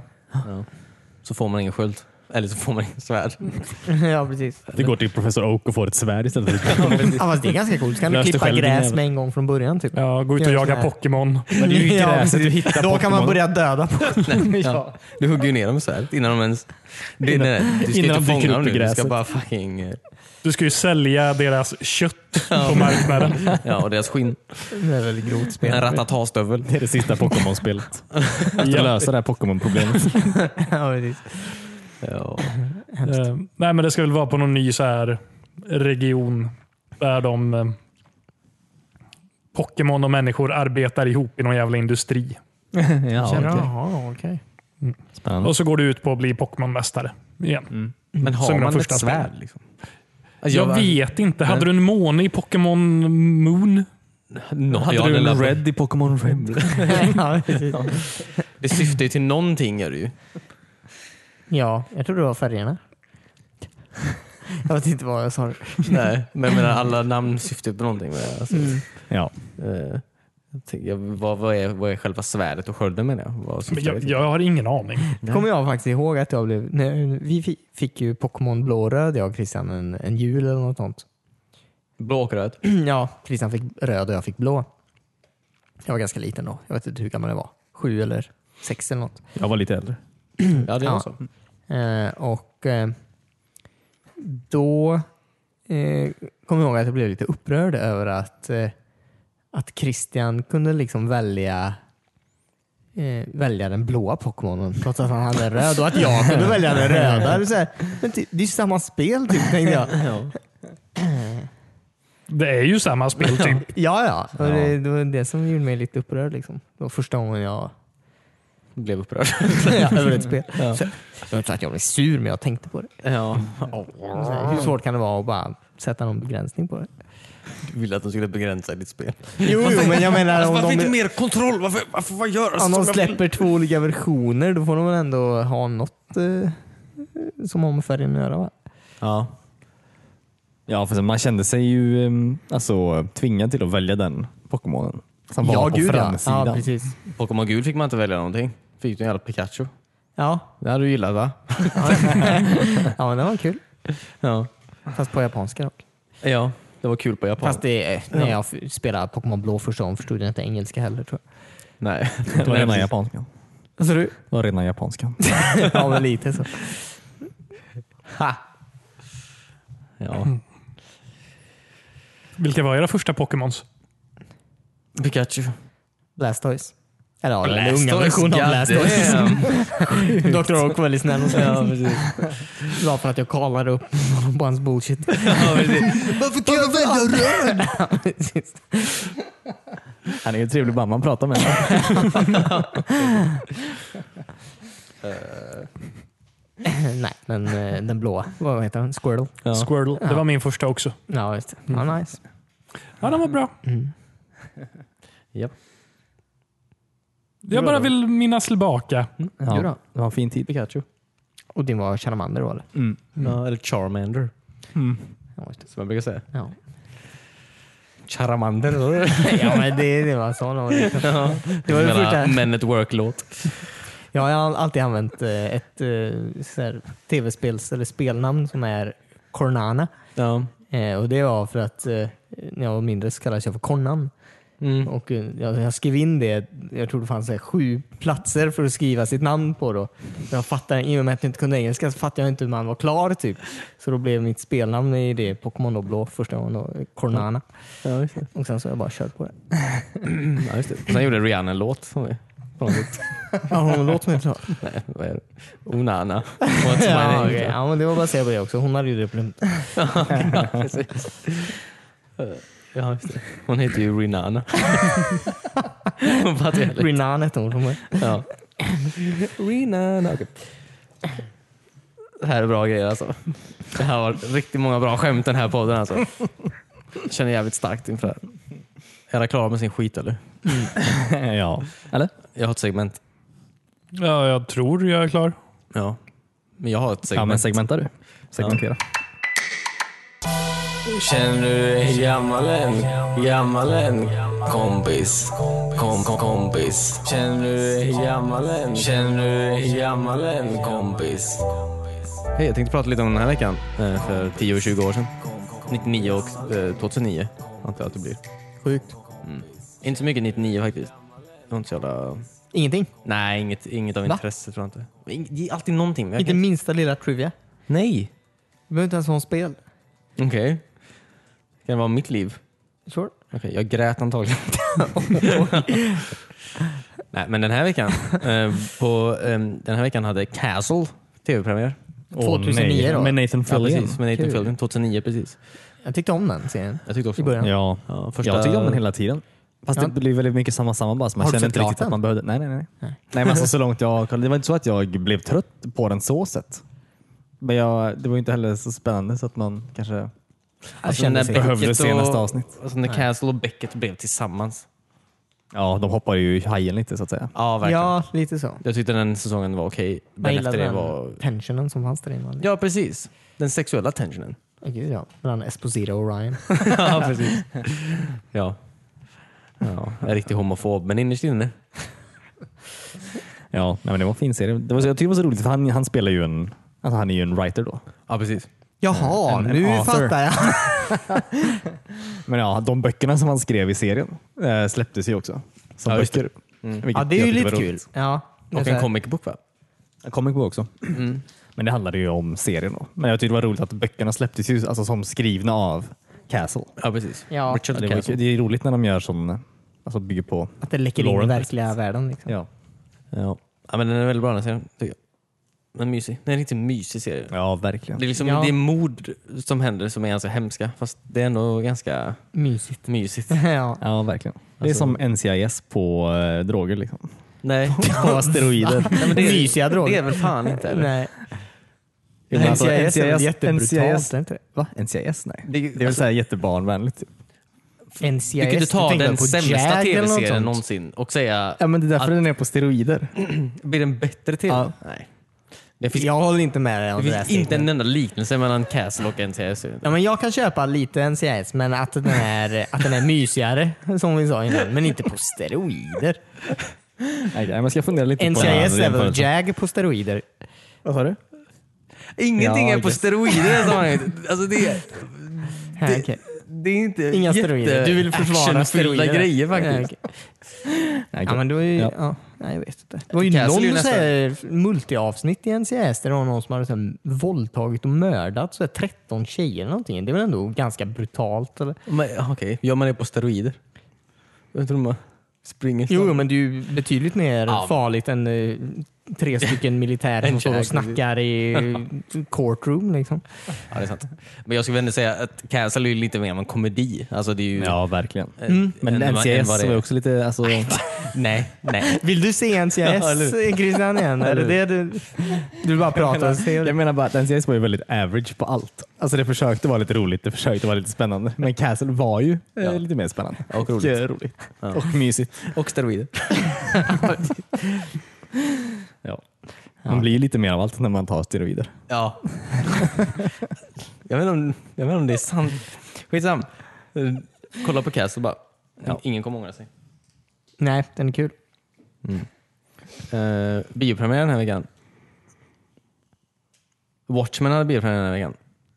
[SPEAKER 3] Så får man ingen sköld. Eller så får man ingen svärd.
[SPEAKER 2] *laughs* ja, precis.
[SPEAKER 4] Det går till Professor Oak och får ett svärd istället. för-
[SPEAKER 2] Ja, fast det är ganska coolt. Så kan du
[SPEAKER 4] Löste
[SPEAKER 2] klippa
[SPEAKER 4] själv din
[SPEAKER 2] gräs
[SPEAKER 4] jävel.
[SPEAKER 2] med en gång från början. Typ.
[SPEAKER 1] Ja, gå ut och
[SPEAKER 2] Gör så
[SPEAKER 1] jaga
[SPEAKER 2] här.
[SPEAKER 1] Pokémon.
[SPEAKER 4] Men det är ju
[SPEAKER 2] *laughs* Ja,
[SPEAKER 4] gräset du
[SPEAKER 2] precis.
[SPEAKER 4] hittar
[SPEAKER 2] Då kan man
[SPEAKER 4] Pokémon.
[SPEAKER 2] börja döda på
[SPEAKER 3] Ja. Du hugger ju ner dem med svärd innan de ens... Det, är- nej, nej, du ska
[SPEAKER 4] Innan
[SPEAKER 3] inte
[SPEAKER 4] de dyker
[SPEAKER 3] fånga
[SPEAKER 4] upp
[SPEAKER 3] dem
[SPEAKER 4] i
[SPEAKER 3] nu. Du ska
[SPEAKER 4] gräset.
[SPEAKER 3] bara fucking... eh,
[SPEAKER 1] Du ska ju sälja deras kött på marknaden.
[SPEAKER 3] Ja, och deras skinn.
[SPEAKER 2] Det är väldigt grovt
[SPEAKER 3] En
[SPEAKER 2] spel.
[SPEAKER 3] ratatarstövel.
[SPEAKER 4] Det är det sista Pokémon-spelet. Att lösa det här Pokémon-problemet.
[SPEAKER 2] *laughs* Ja, precis.
[SPEAKER 3] Ja.
[SPEAKER 1] Eh, nej, men det ska väl vara på någon ny så här region där de eh, Pokémon och människor arbetar ihop i någon jävla industri.
[SPEAKER 4] *laughs* ja, okej.
[SPEAKER 2] Jaha, okej.
[SPEAKER 4] Spännande.
[SPEAKER 1] Och så går du ut på att bli Pokémonmästare igen.
[SPEAKER 2] Mm.
[SPEAKER 3] Men har
[SPEAKER 1] Som de
[SPEAKER 3] man
[SPEAKER 1] första
[SPEAKER 3] ett
[SPEAKER 1] spelen.
[SPEAKER 3] svärd? Liksom? Alltså,
[SPEAKER 1] Jag vet inte. Hade du en måne i Pokémon Moon?
[SPEAKER 3] No,
[SPEAKER 4] Hade
[SPEAKER 3] ja,
[SPEAKER 4] du
[SPEAKER 3] den
[SPEAKER 4] en
[SPEAKER 3] där-
[SPEAKER 4] red i Pokémon Red?
[SPEAKER 2] Ja, precis.
[SPEAKER 3] Det syftar ju till någonting. Gör det ju.
[SPEAKER 2] ja, jag tror det var färgerna. Jag vet inte vad jag sa.
[SPEAKER 3] Nej, men jag menar, alla namn syftar ju på någonting. Med det. Alltså,
[SPEAKER 4] Ja.
[SPEAKER 3] eh, jag tänker, vad, vad, är, vad är själva svärdet och skölden menar jag? Vad syftar
[SPEAKER 1] Men
[SPEAKER 3] det
[SPEAKER 1] Jag,
[SPEAKER 3] till?
[SPEAKER 1] jag har ingen aning.
[SPEAKER 2] kommer jag faktiskt ihåg att jag blev... Nej, vi fi- fick ju Pokémon blå och röd, jag och Christian, en, en jul eller något sånt. *clears throat*
[SPEAKER 3] Blå och röd.
[SPEAKER 2] Ja, Christian fick röd och jag fick blå. Jag var ganska liten då. Jag vet inte hur gammal jag var. Sju eller sex eller något.
[SPEAKER 4] Jag var lite äldre.
[SPEAKER 3] Ja, det är
[SPEAKER 2] Ja.
[SPEAKER 3] nog så.
[SPEAKER 2] Eh, och eh, då eh, kommer jag ihåg att jag blev lite upprörd över att, eh, att Christian kunde liksom välja eh, välja den blåa Pokémonen trots att han hade en röd och att jag kunde välja den röda. Det är, så här, men ty, det är ju samma spel typ, tänkte jag.
[SPEAKER 1] Det är ju samma spel
[SPEAKER 2] *laughs*
[SPEAKER 1] typ.
[SPEAKER 2] Ja, ja. Och det, det var det som gjorde mig lite upprörd. Liksom. Det var första gången jag
[SPEAKER 3] Blev upprörd.
[SPEAKER 2] *laughs* över ett spel. Så, det var inte så att jag blev sur, men jag tänkte på det.
[SPEAKER 3] ja.
[SPEAKER 2] Så här, hur svårt kan det vara att bara sätta någon begränsning på det?
[SPEAKER 3] Du *laughs* ville att de skulle begränsa ditt spel.
[SPEAKER 2] Jo, jo men jag menar
[SPEAKER 3] Alltså,
[SPEAKER 2] om
[SPEAKER 3] varför inte
[SPEAKER 2] de,
[SPEAKER 3] mer kontroll? Varför, varför vad gör alltså,
[SPEAKER 2] om de
[SPEAKER 3] som jag vill?
[SPEAKER 2] släpper två olika versioner då får de väl ändå ha något eh, som har med färgen att göra va?
[SPEAKER 3] Ja.
[SPEAKER 4] Ja, för sen man kände sig ju ehm, alltså, tvingad till att välja den Pokémonen som var på framsidan.
[SPEAKER 2] ja. precis.
[SPEAKER 3] Pokémon gul fick man inte välja någonting. Fick du en jävla Pikachu?
[SPEAKER 2] Ja,
[SPEAKER 3] Det hade du gillat va?
[SPEAKER 2] ja men det var kul.
[SPEAKER 3] Ja.
[SPEAKER 2] Fast på japanska dock.
[SPEAKER 3] ja. Det var kul på japan.
[SPEAKER 2] Fast det, eh, när jag f- spelade Pokémon Blå första gången förstod jag inte engelska heller tror jag.
[SPEAKER 3] Nej.
[SPEAKER 4] Det var
[SPEAKER 3] Nej,
[SPEAKER 4] rena
[SPEAKER 3] precis.
[SPEAKER 4] japanskan.
[SPEAKER 2] Alltså, du?
[SPEAKER 4] Det var rena japanskan.
[SPEAKER 2] *laughs* ja, men lite så.
[SPEAKER 3] Ha.
[SPEAKER 4] *laughs*
[SPEAKER 3] Ja.
[SPEAKER 1] Vilka var era första Pokémons?
[SPEAKER 3] Pikachu.
[SPEAKER 2] Blastoise. Eller ja, den unga versionen av Blastoise.
[SPEAKER 3] Blastoise.
[SPEAKER 2] Dr. Oak var väldigt snäll och snäll.
[SPEAKER 3] Typ. *laughs* Ja, precis.
[SPEAKER 2] Det var för att jag kallade upp *laughs* honom på hans bullshit.
[SPEAKER 3] Ja, precis.
[SPEAKER 2] Varför kan jag välja röd? *laughs*
[SPEAKER 4] Han är ju en trevlig man man pratar med.
[SPEAKER 2] Nej, men eh, den blåa. Vad heter den? Squirtle?
[SPEAKER 3] Ja.
[SPEAKER 1] Squirtle. Det
[SPEAKER 2] Ja.
[SPEAKER 1] var min första också.
[SPEAKER 2] Ja, just det.
[SPEAKER 3] Mm.
[SPEAKER 2] Ja, nice.
[SPEAKER 1] Ja, den var bra.
[SPEAKER 3] Japp.
[SPEAKER 1] Jag bara vill minnas tillbaka.
[SPEAKER 2] Jo då.
[SPEAKER 4] Ja, det var en fin tid. Pikachu.
[SPEAKER 2] Och din var Charmander då eller?
[SPEAKER 3] Ja, eller Charmander.
[SPEAKER 2] Ja, just det.
[SPEAKER 3] Som jag brukar säga.
[SPEAKER 2] Ja.
[SPEAKER 3] Charmander.
[SPEAKER 2] ja, men det, det var så. nog. Det var det första.
[SPEAKER 3] Men ett work-låt.
[SPEAKER 2] Jag har alltid använt eh, ett eh, så här, tv-spels eller spelnamn som är Cornana.
[SPEAKER 3] Ja.
[SPEAKER 2] Eh, Och det var för att eh, när jag var mindre så kallades jag för Cornan.
[SPEAKER 3] Mm.
[SPEAKER 2] Och eh, jag, jag skrev in det, jag tror det fanns så här, sju platser för att skriva sitt namn på. Då. Jag fattar, I och med att jag inte kunde engelska så fattade jag inte hur man var klar. Typ. Så då blev mitt spelnamn i det Pokémon då blå första gången, då, eh,
[SPEAKER 3] Mm.
[SPEAKER 2] Cornana.
[SPEAKER 3] Ja, just det.
[SPEAKER 2] Och sen så har jag bara kört på
[SPEAKER 3] *laughs*
[SPEAKER 2] det.
[SPEAKER 3] Ja, just det. Och Mm. sen gjorde Rihanna en låt. Som är, på något sätt.
[SPEAKER 2] Ja, hon låter mig klar.
[SPEAKER 3] Nej, vad är det? Onana. What's my
[SPEAKER 2] Ja,
[SPEAKER 3] name?
[SPEAKER 2] okej. ja, men det var baserat på det också. Hon hade ju det på
[SPEAKER 3] ja, precis. Ja, just det. Hon heter ju *laughs* Rinana. Hon fattar ju heller.
[SPEAKER 2] Renan hette hon. från början.
[SPEAKER 3] Ja. Rinana. okej. Det här är bra grejer alltså. Det här var riktigt många bra skämt den här podden alltså. Känner jävligt starkt inför det här. Är alla klara med sin skit eller?
[SPEAKER 4] *laughs* ja.
[SPEAKER 3] Eller? Jag har ett segment.
[SPEAKER 1] Ja, jag tror jag är klar.
[SPEAKER 3] Ja. Men jag har ett
[SPEAKER 4] ja,
[SPEAKER 3] segment.
[SPEAKER 4] men segmentar du. Segmentera.
[SPEAKER 6] Känner du dig gammal än? Gammal än? Kompis. Kom, kom, kompis. Känner du dig gammal än? Känner du dig gammal än? Kompis.
[SPEAKER 3] Hej, jag tänkte prata lite om den här veckan eh, för 10 och 20 år sedan. 99 och eh, 2009 antar jag att det blir. Mm.
[SPEAKER 2] Sjukt.
[SPEAKER 3] Inte så mycket 99 faktiskt. Det var inte så jävla...
[SPEAKER 2] Ingenting.
[SPEAKER 3] Nej, inget, inget av
[SPEAKER 2] Va?
[SPEAKER 3] intresse tror jag inte. Men ing- Det är alltid någonting. men jag
[SPEAKER 2] Inte
[SPEAKER 3] kan-
[SPEAKER 2] minsta lilla trivia.
[SPEAKER 3] Nej.
[SPEAKER 2] Du behöver inte ens ha spel.
[SPEAKER 3] Okej. Kan det vara mitt liv?
[SPEAKER 2] Sure.
[SPEAKER 3] Okej, jag grät antagligen. *laughs* Nej, men den här veckan eh, på, eh, den här veckan hade Castle tv-premiär.
[SPEAKER 2] 2009
[SPEAKER 4] nej.
[SPEAKER 2] då?
[SPEAKER 4] Med Nathan
[SPEAKER 3] Ja,
[SPEAKER 4] Fillion.
[SPEAKER 3] precis. Med Nathan
[SPEAKER 2] Kul.
[SPEAKER 3] Fillion. 2009 precis.
[SPEAKER 2] Jag tyckte om den serien
[SPEAKER 3] Jag tyckte också
[SPEAKER 2] i
[SPEAKER 3] om den.
[SPEAKER 2] början.
[SPEAKER 4] Ja.
[SPEAKER 3] Ja, första-
[SPEAKER 4] Jag tyckte om den hela tiden. Fast
[SPEAKER 2] Ja.
[SPEAKER 4] det blev väldigt mycket samma samma bara. Så man
[SPEAKER 2] Har du
[SPEAKER 4] kände inte
[SPEAKER 2] förklarat
[SPEAKER 4] riktigt
[SPEAKER 2] den?
[SPEAKER 4] att man behövde. Nej, nej, nej. nej. men alltså,
[SPEAKER 2] *laughs*
[SPEAKER 4] så långt jag kollade. Det var inte så att jag blev trött på den så sett. Men jag, det var ju inte heller så spännande så att man kanske
[SPEAKER 3] Jag kände
[SPEAKER 4] det behövde
[SPEAKER 3] Beckett
[SPEAKER 4] se
[SPEAKER 3] och-
[SPEAKER 4] nästa avsnitt.
[SPEAKER 3] Alltså när Castle och Beckett blev tillsammans.
[SPEAKER 4] Ja, de hoppar ju i hajen lite så att säga.
[SPEAKER 3] Ja, verkligen.
[SPEAKER 2] Ja, lite så.
[SPEAKER 3] Jag tyckte den säsongen var okej.
[SPEAKER 2] Jag
[SPEAKER 3] Men
[SPEAKER 2] gillade
[SPEAKER 3] efter det
[SPEAKER 2] den
[SPEAKER 3] var...
[SPEAKER 2] tensionen som fanns där inne. Ja.
[SPEAKER 3] Ja, precis. Den sexuella tensionen.
[SPEAKER 2] Gud, ja. Mellan Esposito och Ryan.
[SPEAKER 3] ja, precis. Ja. ja. Jag är riktigt homofob, men innerst inne.
[SPEAKER 4] Ja, nej, men det var en fin serie. Det var, så- jag tycker det var så roligt för han, han spelar ju en Alltså han är ju en writer då.
[SPEAKER 3] Ja, precis. Eh,
[SPEAKER 2] Jaha,
[SPEAKER 4] En- en
[SPEAKER 2] nu
[SPEAKER 4] author.
[SPEAKER 2] fattar jag.
[SPEAKER 4] Men ja, de böckerna som han skrev i serien eh, släpptes ju också. Som
[SPEAKER 3] Ja, just det.
[SPEAKER 4] böcker. Vilket
[SPEAKER 2] Ja, det är ju
[SPEAKER 4] jag tyckte
[SPEAKER 2] lite
[SPEAKER 4] var
[SPEAKER 2] kul.
[SPEAKER 4] roligt.
[SPEAKER 2] Ja, det är
[SPEAKER 3] Och
[SPEAKER 2] så här-
[SPEAKER 3] en comic book va?
[SPEAKER 4] En comic book också. Men det handlade ju om serien då. Men jag tyckte det var roligt att böckerna släpptes ju alltså, som skrivna av Castle.
[SPEAKER 3] Ja, precis.
[SPEAKER 2] Ja.
[SPEAKER 3] Richard
[SPEAKER 4] Det, var,
[SPEAKER 3] Castle.
[SPEAKER 4] ju- det är roligt när de gör sån, alltså bygger på.
[SPEAKER 2] Att det läcker in i
[SPEAKER 4] Lauren
[SPEAKER 2] verkliga världen. Liksom.
[SPEAKER 4] Ja,
[SPEAKER 3] Ja. ja, men den är väldigt bra den här serien, tycker jag. Men mysig. Den är en riktigt mysig serie.
[SPEAKER 4] ja verkligen.
[SPEAKER 3] Det är, liksom,
[SPEAKER 2] Ja.
[SPEAKER 3] det är mord som händer som är ganska hemska, fast det är ändå ganska
[SPEAKER 2] Mysigt.
[SPEAKER 3] mysigt.
[SPEAKER 2] ja.
[SPEAKER 4] Ja, verkligen. Det är som NCIS på eh, droger *laughs* liksom.
[SPEAKER 3] Nej.
[SPEAKER 4] På steroider.
[SPEAKER 3] Nej men det är,
[SPEAKER 2] Mysiga droger.
[SPEAKER 3] Det är väl fan inte eller?
[SPEAKER 2] Nej.
[SPEAKER 4] Jo, men alltså,
[SPEAKER 2] NCIS är väl
[SPEAKER 4] NCIS
[SPEAKER 2] jättebrutalt?
[SPEAKER 4] NCIS
[SPEAKER 2] är det inte det?
[SPEAKER 4] Va? NCIS? Nej.
[SPEAKER 3] Det-
[SPEAKER 4] Det, är väl såhär jättebarnvänligt. Typ.
[SPEAKER 2] NCIS?
[SPEAKER 3] Du kan inte ta
[SPEAKER 2] tänkte
[SPEAKER 3] den
[SPEAKER 2] på
[SPEAKER 3] sämsta
[SPEAKER 2] Jag eller något
[SPEAKER 3] tv-serien
[SPEAKER 2] sånt?
[SPEAKER 3] någonsin och säga,
[SPEAKER 4] Ja, men det är därför den är på steroider.
[SPEAKER 3] blir den bättre tv?
[SPEAKER 4] Ja.
[SPEAKER 3] Nej. Det finns,
[SPEAKER 2] Jag håller inte med dig om det
[SPEAKER 3] det
[SPEAKER 2] där.
[SPEAKER 3] finns inte
[SPEAKER 2] Stefan.
[SPEAKER 3] en enda liknelse mellan Castle och NCS.
[SPEAKER 2] Ja, men jag kan köpa lite NCIS, men att den är, att den är mysigare, som vi sa innan, men inte på steroider.
[SPEAKER 4] Nej, men jag ska fundera lite på den här
[SPEAKER 2] NCIS är väl
[SPEAKER 4] jämförelsen.
[SPEAKER 2] Jag på steroider?
[SPEAKER 4] Vad sa du?
[SPEAKER 3] Ingenting
[SPEAKER 4] Ja,
[SPEAKER 3] är på
[SPEAKER 4] just-
[SPEAKER 3] steroider i det här sammanhanget. Alltså det, är-
[SPEAKER 2] Ja, okej.
[SPEAKER 3] det är inte
[SPEAKER 2] Inga steroider. Du vill försvara
[SPEAKER 3] actionfyllda
[SPEAKER 2] steroider.
[SPEAKER 3] grejer
[SPEAKER 2] Ja,
[SPEAKER 3] faktiskt.
[SPEAKER 2] okej. Ja, men det var ju...
[SPEAKER 4] Ja.
[SPEAKER 2] Ja. nej, jag vet inte. Det var ju
[SPEAKER 3] Castle är ju
[SPEAKER 2] någon
[SPEAKER 3] nästan-
[SPEAKER 2] så här multiavsnitt i NCIS där det var någon som hade så här våldtagit och mördat så här 13 tjejer eller någonting. Det är väl ändå ganska brutalt? Eller?
[SPEAKER 3] Men, ja, Okej, gör man det på steroider? Jag tror man springer
[SPEAKER 2] Jo, jo, men det är ju betydligt mer
[SPEAKER 3] Ja.
[SPEAKER 2] farligt än eh, tre *laughs* stycken militärer som står
[SPEAKER 3] jag-
[SPEAKER 2] och snackar *laughs* i eh, courtroom. Liksom.
[SPEAKER 3] Ja, det är sant. Men jag skulle väl ändå säga att Castle är ju lite mer av en komedi. Alltså det är ju...
[SPEAKER 4] Ja, verkligen.
[SPEAKER 3] Mm.
[SPEAKER 4] Men
[SPEAKER 3] än vad- än
[SPEAKER 4] NCIS
[SPEAKER 3] vad det
[SPEAKER 4] var
[SPEAKER 3] är.
[SPEAKER 4] ju också lite... Alltså,
[SPEAKER 3] *laughs* Nej, nej.
[SPEAKER 2] Vill du se NCIS
[SPEAKER 3] Ja, eller
[SPEAKER 2] Christian *laughs* igen? Är det det du, du bara pratar *laughs* och ser?
[SPEAKER 4] jag menar bara att NCIS var ju väldigt average på allt. Alltså det försökte vara lite roligt, det försökte vara lite spännande. Men Castle var ju eh, lite mer spännande.
[SPEAKER 3] Och roligt.
[SPEAKER 4] eh, roligt. Och mysigt.
[SPEAKER 3] *laughs* Och steroider.
[SPEAKER 4] Ja. Man blir ju lite mer av allt när man tar steroider.
[SPEAKER 3] Ja. jag, vet inte om, jag vet inte om det är sant. Skitsam. Eh, Kolla på Castle bara. Ingen kommer ångra sig.
[SPEAKER 2] Nej, den är kul.
[SPEAKER 3] Uh, biopremiär den här veckan. Watchmen hade biopremiär den här veckan.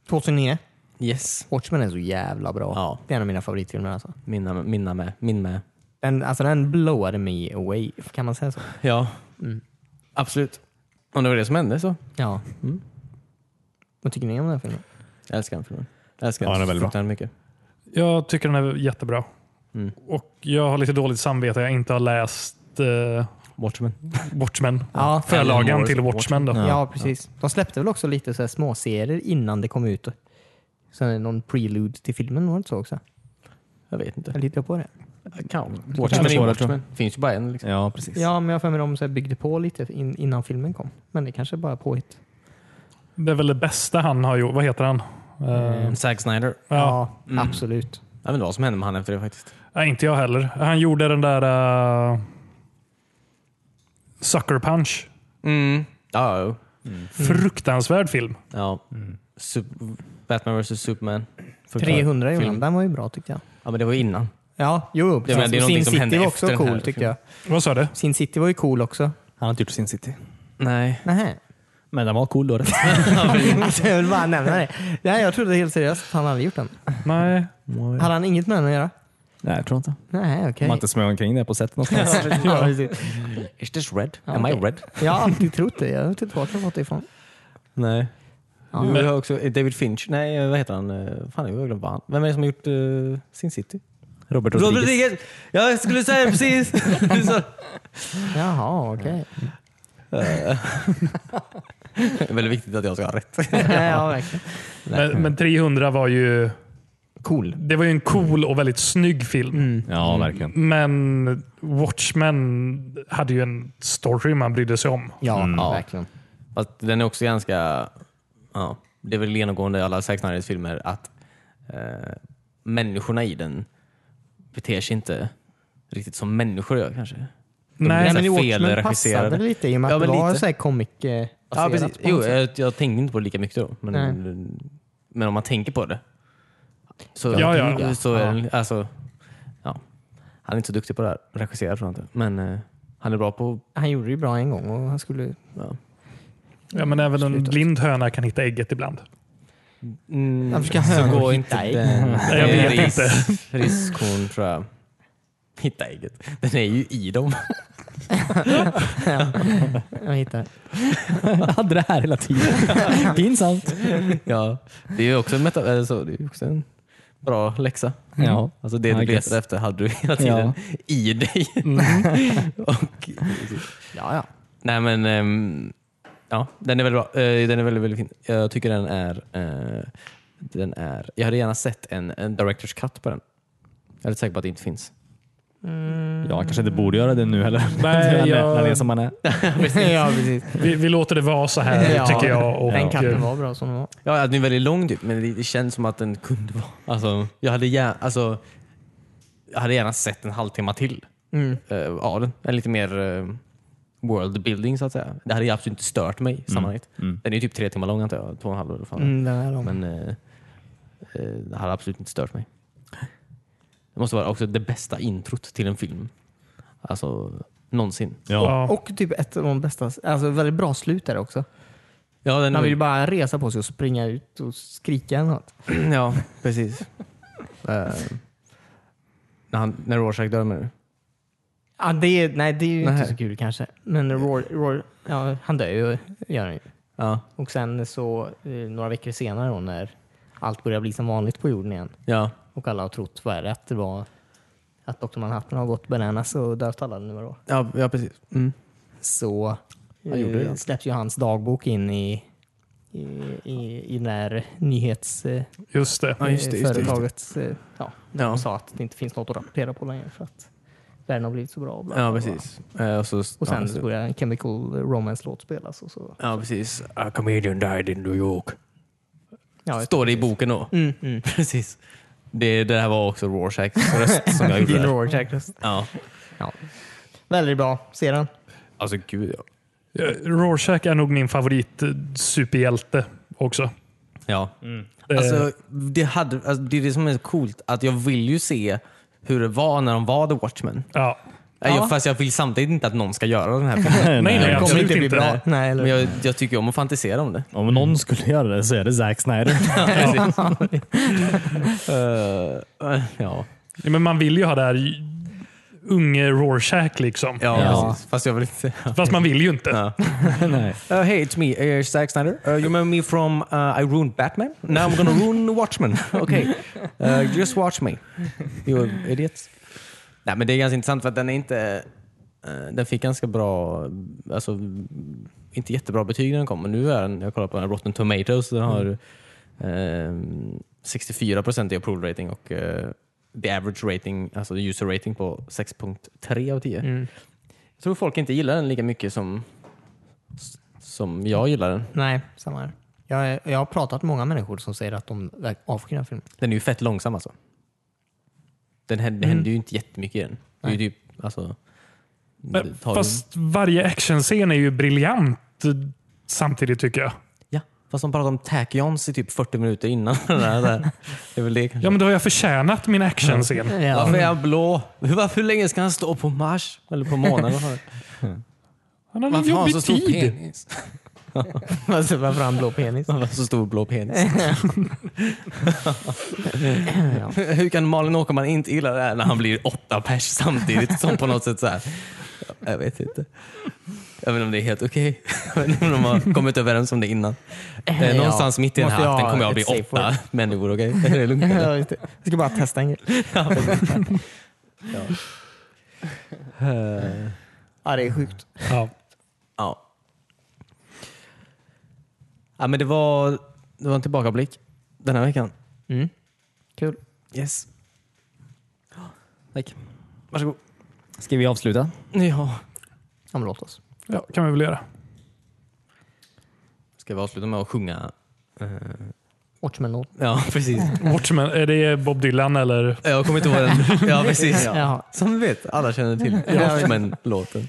[SPEAKER 2] 2009.
[SPEAKER 3] Yes.
[SPEAKER 2] Watchmen är så jävla bra.
[SPEAKER 3] Ja.
[SPEAKER 2] Det är en av mina favoritfilmer. Alltså.
[SPEAKER 3] Minna, minna med. Min med.
[SPEAKER 2] Den, alltså, den blowade me away. Kan man säga så?
[SPEAKER 3] Ja. Absolut. Mm. Om det var det som hände så.
[SPEAKER 2] Ja.
[SPEAKER 3] Mm.
[SPEAKER 2] Vad tycker ni om den här filmen?
[SPEAKER 3] Jag älskar den filmen. Jag älskar
[SPEAKER 4] Ja,
[SPEAKER 3] den
[SPEAKER 4] den är väldigt bra.
[SPEAKER 3] fruktansvärt mycket.
[SPEAKER 1] Jag tycker den är jättebra.
[SPEAKER 3] Mm.
[SPEAKER 1] Och Jag har lite dåligt samvete. Jag inte har läst eh,
[SPEAKER 3] Watchmen.
[SPEAKER 1] Watchmen.
[SPEAKER 2] Ja.
[SPEAKER 1] Förlagen till Watchmen. Då.
[SPEAKER 2] Ja, precis. De släppte väl också lite så här småserier innan det kom ut. Sen någon prelude till filmen var det inte så också?
[SPEAKER 3] Jag vet inte.
[SPEAKER 2] Jag litar på det.
[SPEAKER 3] Kan.
[SPEAKER 4] Kanske
[SPEAKER 3] Watchmen är ju
[SPEAKER 4] svårare, tror jag.
[SPEAKER 3] Watchmen. finns ju bara en. Liksom.
[SPEAKER 4] Ja, precis.
[SPEAKER 2] Ja, men jag har för mig de så här byggde på lite in, innan filmen kom. Men det kanske bara är påhitt.
[SPEAKER 1] Det är väl det bästa han har gjort. Vad heter han? Eh,
[SPEAKER 3] Zack Snyder.
[SPEAKER 1] ja.
[SPEAKER 3] Mm.
[SPEAKER 2] absolut.
[SPEAKER 3] Jag vet inte vad som hände med han efter det faktiskt.
[SPEAKER 1] Nej, inte jag heller. Han gjorde den där eh, Sucker Punch.
[SPEAKER 3] Mm. Ja, jo.
[SPEAKER 1] Fruktansvärd film.
[SPEAKER 3] ja. Sup- Batman vs Superman. Förklar-
[SPEAKER 2] 300 gjorde
[SPEAKER 3] film.
[SPEAKER 2] han. Den var ju bra tyckte jag.
[SPEAKER 3] Ja, men det var ju innan.
[SPEAKER 2] Ja, jo.
[SPEAKER 3] Det är
[SPEAKER 2] precis.
[SPEAKER 3] någonting
[SPEAKER 2] Sin
[SPEAKER 3] som
[SPEAKER 2] City
[SPEAKER 3] hände
[SPEAKER 2] var också
[SPEAKER 3] efter den här
[SPEAKER 2] cool tyckte
[SPEAKER 3] filmen.
[SPEAKER 2] jag.
[SPEAKER 1] Vad sa du?
[SPEAKER 2] Sin City var ju cool också.
[SPEAKER 4] Han har inte gjort Sin City.
[SPEAKER 3] *laughs* Nej.
[SPEAKER 2] Nähä.
[SPEAKER 4] Men den var cool då.
[SPEAKER 2] alltså, *laughs* jag vill bara nämna det. Nej, jag trodde helt seriöst att han hade gjort den.
[SPEAKER 1] Nej.
[SPEAKER 2] Hade han inget med den att göra?
[SPEAKER 4] Nej, jag tror inte.
[SPEAKER 2] Nej,
[SPEAKER 4] Man
[SPEAKER 2] okej.
[SPEAKER 4] har inte smugit omkring det på sättet någonstans.
[SPEAKER 2] Ja, precis.
[SPEAKER 3] Is this red?
[SPEAKER 2] Ja,
[SPEAKER 3] Am I
[SPEAKER 2] okej.
[SPEAKER 3] red?
[SPEAKER 2] jag har alltid trott det. Jag vet inte vart jag fått det ifrån.
[SPEAKER 3] Nej.
[SPEAKER 2] Ja.
[SPEAKER 3] Men jag har också eh, David Finch. Nej, eh, vad heter han? Eh, Fan, jag har glömt vad han. Vem är det som har gjort eh, Sin City?
[SPEAKER 4] Robert
[SPEAKER 3] Robert
[SPEAKER 4] Rodriguez.
[SPEAKER 3] Rodriguez! Jag skulle säga det *laughs* precis! Du sa-
[SPEAKER 2] Jaha,
[SPEAKER 3] *laughs*
[SPEAKER 2] okej.
[SPEAKER 3] Det är väldigt viktigt att jag ska ha rätt.
[SPEAKER 2] *laughs* ja, verkligen.
[SPEAKER 3] Mm.
[SPEAKER 1] Men, men 300 var ju...
[SPEAKER 2] Cool.
[SPEAKER 1] Det var ju en cool och väldigt snygg film.
[SPEAKER 4] Ja, verkligen.
[SPEAKER 1] Men Watchmen hade ju en story man brydde sig om.
[SPEAKER 2] Ja,
[SPEAKER 3] Ja.
[SPEAKER 2] verkligen.
[SPEAKER 3] Fast den är också ganska... Ja, det är väl genomgående i alla Zack Snyders filmer att eh, människorna i den beter sig inte riktigt som människor gör kanske. De
[SPEAKER 1] Nej,
[SPEAKER 3] blir
[SPEAKER 2] Nej,
[SPEAKER 3] så
[SPEAKER 2] men i
[SPEAKER 3] här
[SPEAKER 2] Watchmen
[SPEAKER 3] felregisserade.
[SPEAKER 2] passade lite i och med att
[SPEAKER 3] Ja,
[SPEAKER 2] det
[SPEAKER 3] men
[SPEAKER 2] var
[SPEAKER 3] lite.
[SPEAKER 2] så här comic eh,
[SPEAKER 3] Ja,
[SPEAKER 2] baserat
[SPEAKER 3] precis.
[SPEAKER 2] på
[SPEAKER 3] Alltså, Jo, eh.
[SPEAKER 2] något sätt.
[SPEAKER 3] jag, jag tänkte inte på det lika mycket då. Men, men om man tänker på det. Så,
[SPEAKER 1] Ja, ja,
[SPEAKER 2] ja.
[SPEAKER 3] så är det, alltså, ja. Han är inte så duktig på det här. Regissera tror jag inte. Men eh, han är bra på...
[SPEAKER 2] Han gjorde det ju bra en gång och han skulle...
[SPEAKER 3] Ja.
[SPEAKER 1] Ja, men även en
[SPEAKER 2] Sluta.
[SPEAKER 1] blind höna kan hitta ägget ibland.
[SPEAKER 3] Mm,
[SPEAKER 2] Varför ska han hitta ägg?
[SPEAKER 3] den-
[SPEAKER 1] Nej, jag vet
[SPEAKER 3] ris- Riskorn tror jag. Hitta ägget. Den är ju i dem. *laughs*
[SPEAKER 2] Jag
[SPEAKER 3] *laughs*
[SPEAKER 2] hittar.
[SPEAKER 4] Jag hade det här hela tiden. Pinsamt.
[SPEAKER 3] ja. Det är ju också, en meta- eller så, det är ju också en bra läxa.
[SPEAKER 4] Ja.
[SPEAKER 3] Alltså det du
[SPEAKER 4] I guess.
[SPEAKER 3] letar efter hade du hela tiden i dig. *laughs* och,
[SPEAKER 2] Ja, ja.
[SPEAKER 3] nej men, ehm, ja, den är väldigt bra. Eh, Den är väldigt, väldigt fin. Jag tycker den är, eh, den är... Jag hade gärna sett en, en director's cut på den. Jag är lite säker på att det inte finns.
[SPEAKER 4] Ja, han kanske inte borde göra det nu heller.
[SPEAKER 1] *laughs* Nej,
[SPEAKER 4] *laughs* När han är-
[SPEAKER 1] jag-
[SPEAKER 4] När det är som han är.
[SPEAKER 2] ja, precis.
[SPEAKER 1] Vi, vi låter det vara så här
[SPEAKER 2] Ja.
[SPEAKER 1] tycker jag. Och,
[SPEAKER 2] Den katten var bra som den var.
[SPEAKER 3] Ja, den är väldigt lång typ, men det, det känns som att den kunde vara... Alltså, jag, hade gärna, alltså, jag hade gärna sett en halvtimme till
[SPEAKER 2] Mm.
[SPEAKER 3] eh, av den. En lite mer eh, world building så att säga. Det hade ju absolut inte stört mig i sammanhanget. Den är ju typ tre timmar lång antar jag. Två och en halv eller vad fan.
[SPEAKER 2] Mm, den är lång.
[SPEAKER 3] Men eh, eh, det hade absolut inte stört mig. Det måste vara också det bästa introt till en film. Alltså någonsin.
[SPEAKER 1] Ja.
[SPEAKER 2] Och typ ett av de bästa, alltså väldigt bra slut där också.
[SPEAKER 3] Ja, den
[SPEAKER 2] Man vill ju bara resa på sig och springa ut och skrika eller något. *clears throat*
[SPEAKER 3] Ja, precis. *laughs* Eh, när, han, när Rorschach dör med
[SPEAKER 2] Ja, det är, nej, det är ju
[SPEAKER 3] Nej.
[SPEAKER 2] inte så kul kanske. Men Roar, Roar, ja, han dör ju, gör han ju.
[SPEAKER 3] Ja,
[SPEAKER 2] Och sen så eh, några veckor senare då, när allt börjar bli som vanligt på jorden igen
[SPEAKER 3] ja.
[SPEAKER 2] och alla har trott, vad är det, att det var att Dr. Manhattan har gått bananas och dödat alla nu då.
[SPEAKER 3] Ja, ja precis. Mm.
[SPEAKER 2] Så
[SPEAKER 3] Han gjorde det,
[SPEAKER 2] eh,
[SPEAKER 3] alltså.
[SPEAKER 2] släpps ju hans dagbok in i, i, i, i den här nyhets... eh,
[SPEAKER 1] Just det.
[SPEAKER 3] Ja, just det, just det, just det.
[SPEAKER 2] företagets... eh, Ja, de
[SPEAKER 3] Ja.
[SPEAKER 2] sa att det inte finns något att rapportera på längre för att världen har blivit så bra. och Bla, bla,
[SPEAKER 3] Ja,
[SPEAKER 2] bla.
[SPEAKER 3] precis. Eh, och, så,
[SPEAKER 2] Och sen
[SPEAKER 3] ja,
[SPEAKER 2] så
[SPEAKER 3] så-
[SPEAKER 2] börjar en Chemical Romance-låt spelas. Och så.
[SPEAKER 3] ja, precis. A comedian died in New York.
[SPEAKER 2] Ja,
[SPEAKER 3] Står det i boken då?
[SPEAKER 2] Mm, mm.
[SPEAKER 3] *laughs* Precis. Det, det här var också Rorschachs röst som jag gjorde.
[SPEAKER 2] Din
[SPEAKER 3] där.
[SPEAKER 2] Rorschach-röst.
[SPEAKER 3] *laughs* Ja.
[SPEAKER 2] Ja. Väldigt bra. Ser den?
[SPEAKER 3] Alltså gud ja.
[SPEAKER 1] Eh, Rorschach är nog min favorit eh, superhjälte också.
[SPEAKER 3] ja.
[SPEAKER 1] Eh,
[SPEAKER 3] Alltså, det, hade, alltså, det är det som är så coolt, att jag vill ju se hur det var när de var The Watchmen.
[SPEAKER 1] ja.
[SPEAKER 3] Ja. Jag, fast jag vill samtidigt inte att någon ska göra den här filmen.
[SPEAKER 1] Nej, nej,
[SPEAKER 2] Det kommer
[SPEAKER 1] absolut
[SPEAKER 2] inte bli
[SPEAKER 1] inte.
[SPEAKER 2] bra. Nej, eller
[SPEAKER 3] Men jag, jag tycker ju om att fantisera om det.
[SPEAKER 4] Om någon skulle göra det så är det Zack *laughs* Snyder.
[SPEAKER 3] *laughs* Eh, eh, ja.
[SPEAKER 1] Ja, men man vill ju ha det här j- unge Rorschach liksom.
[SPEAKER 3] Ja,
[SPEAKER 2] Ja.
[SPEAKER 3] Precis. Fast jag vill inte
[SPEAKER 1] Fast man vill ju inte.
[SPEAKER 3] Ja. Uh, hey, it's me, uh, Zack Snyder. Uh, you remember me from uh, I ruined Batman? Now I'm gonna ruin *laughs* Watchmen. Okay, uh, just watch me. You idiots. Nej, men det är ganska intressant för att den är inte... eh, den fick ganska bra... Alltså, inte jättebra betyg när den kom, men nu är den... Jag kollar på den här Rotten Tomatoes. Den har ehm, 64 procent i approval rating och eh, the average rating, alltså user rating på 6.3 av 10.
[SPEAKER 2] Mm.
[SPEAKER 3] Jag tror folk inte gillar den lika mycket som, som jag gillar den.
[SPEAKER 2] Nej, samma här. Jag, är- jag har pratat med många människor som säger att de verk- avskyr den här filmen.
[SPEAKER 3] Den är ju fett långsam alltså. Den händer, det
[SPEAKER 1] Mm.
[SPEAKER 3] händer ju inte jättemycket i den. Det är ju typ, alltså,
[SPEAKER 1] Men,
[SPEAKER 3] det tar ju-
[SPEAKER 1] Fast varje actionscen är ju briljant eh, samtidigt tycker jag.
[SPEAKER 3] ja, fast de pratar om tachyons i typ 40 minuter innan. *laughs* Den här, där. Det är väl det kanske.
[SPEAKER 1] Ja, men då har jag förtjänat min actionscen.
[SPEAKER 2] *laughs*
[SPEAKER 3] Varför är han blå? Varför hur länge ska han stå på Mars? Eller på månen? Varför
[SPEAKER 1] Han har en
[SPEAKER 3] varför har han så
[SPEAKER 1] jobbig
[SPEAKER 3] stor
[SPEAKER 1] tid.
[SPEAKER 3] penis?
[SPEAKER 2] Varför varför har han blå penis?
[SPEAKER 3] Varför har han så stor
[SPEAKER 2] *laughs*
[SPEAKER 3] blå penis? Hur kan Malin Åkerman inte gilla det här när han blir åtta pers samtidigt? Som på något sätt så här. Jag vet inte. Jag vet inte om det är helt okej. Jag vet inte om de har kommit överens om det innan. Eh,
[SPEAKER 2] Ja.
[SPEAKER 3] Någonstans mitt i den här
[SPEAKER 2] Måste jag
[SPEAKER 3] akten kommer jag
[SPEAKER 2] ha
[SPEAKER 3] att bli
[SPEAKER 2] ett safe
[SPEAKER 3] åtta
[SPEAKER 2] word?
[SPEAKER 3] människor. Okej? Är det lugnt?
[SPEAKER 2] *laughs*
[SPEAKER 3] eller?
[SPEAKER 2] Ja, just det. Jag ska bara testa en grej. Ja, det är sjukt.
[SPEAKER 1] Ja.
[SPEAKER 3] Ja. ja men det var, det var en tillbakablick den här veckan.
[SPEAKER 2] Mm. Kul.
[SPEAKER 3] Yes. Tack. Varsågod.
[SPEAKER 4] Ska vi avsluta?
[SPEAKER 3] Ja.
[SPEAKER 2] Ja, men låt oss.
[SPEAKER 1] ja, kan vi väl göra.
[SPEAKER 3] Ska vi avsluta med att sjunga?
[SPEAKER 2] Watchmen-låt.
[SPEAKER 3] Ja, precis.
[SPEAKER 1] Watchmen, är det Bob Dylan eller?
[SPEAKER 3] Jag kommer inte ihåg den. *laughs* Ja, precis.
[SPEAKER 2] Jaha.
[SPEAKER 3] Som vi vet, alla känner till Watchmen-låten.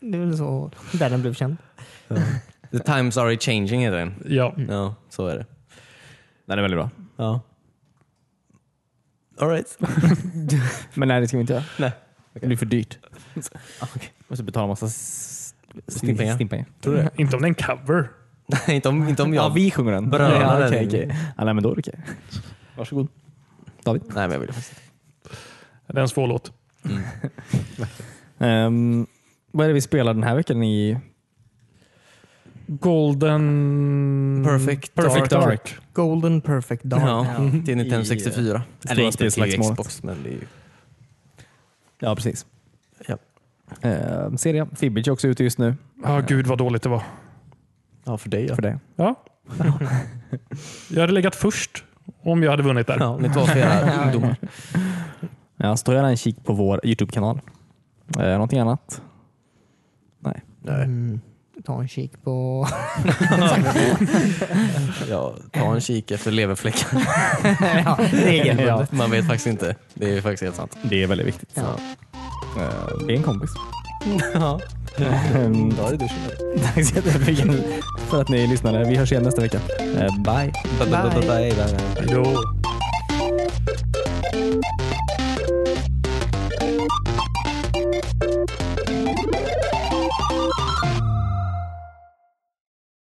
[SPEAKER 2] Det är väl så där den blev känd.
[SPEAKER 3] The times are changing heter den.
[SPEAKER 1] Ja.
[SPEAKER 3] Ja, så är det.
[SPEAKER 4] Nej, det är väldigt bra.
[SPEAKER 3] Ja. All right.
[SPEAKER 4] Men nej, det ska vi inte göra.
[SPEAKER 3] Nej.
[SPEAKER 4] Det blir för dyrt.
[SPEAKER 3] *laughs* Okej.
[SPEAKER 4] Och så betala en massa s-
[SPEAKER 3] Stimpengar.
[SPEAKER 4] stimpengar.
[SPEAKER 3] Tror du det?
[SPEAKER 1] Inte om det är en cover.
[SPEAKER 3] Nej, inte om, inte om jag...
[SPEAKER 4] Ja, vi sjunger den.
[SPEAKER 3] Bröderna.
[SPEAKER 4] Ja, okej, okej. ja, nej, men då är det okej. Varsågod. David.
[SPEAKER 3] Nej, men jag vill faktiskt
[SPEAKER 1] Det är en svår låt.
[SPEAKER 4] Ehm, vad är det vi spelar den här veckan i?
[SPEAKER 1] Golden...
[SPEAKER 3] Mm. Perfect
[SPEAKER 1] Perfect
[SPEAKER 4] Dark.
[SPEAKER 1] Dark.
[SPEAKER 2] Golden Perfect Dark.
[SPEAKER 3] Ja, till Nintendo
[SPEAKER 4] I,
[SPEAKER 3] 64.
[SPEAKER 4] stora
[SPEAKER 3] Eller inte till
[SPEAKER 4] spelslagsmålet.
[SPEAKER 3] Xbox, men det är ju...
[SPEAKER 4] Ja, precis.
[SPEAKER 3] Ja.
[SPEAKER 4] Ehm, serie. Fibbage är också ute just nu.
[SPEAKER 1] Ja, gud vad dåligt det var.
[SPEAKER 3] Ja, för dig ja.
[SPEAKER 4] För det.
[SPEAKER 1] Ja. Jag hade legat först om jag hade vunnit där.
[SPEAKER 3] *laughs* Ja, ni två för era ungdomar.
[SPEAKER 4] Ja, stå gärna en kik på vår Youtube-kanal. Eh, någonting annat? Nej.
[SPEAKER 2] Mm. Ta en kik på... *laughs*
[SPEAKER 3] Ja, ta en kik efter leverfläckar.
[SPEAKER 2] ja, regeln.
[SPEAKER 4] Ja.
[SPEAKER 3] Man vet faktiskt inte. Det är faktiskt helt sant.
[SPEAKER 4] Det är väldigt viktigt.
[SPEAKER 2] Ja.
[SPEAKER 4] Eh, det är en kompis.
[SPEAKER 3] Ja.
[SPEAKER 4] *laughs* Ehm,
[SPEAKER 3] Ta det i duschen.
[SPEAKER 4] Tack så jättemycket för att ni lyssnade. Vi hörs igen nästa vecka. Eh,
[SPEAKER 3] Bye,
[SPEAKER 4] bye!
[SPEAKER 3] bye, bye, bye, bye.
[SPEAKER 1] Hej då.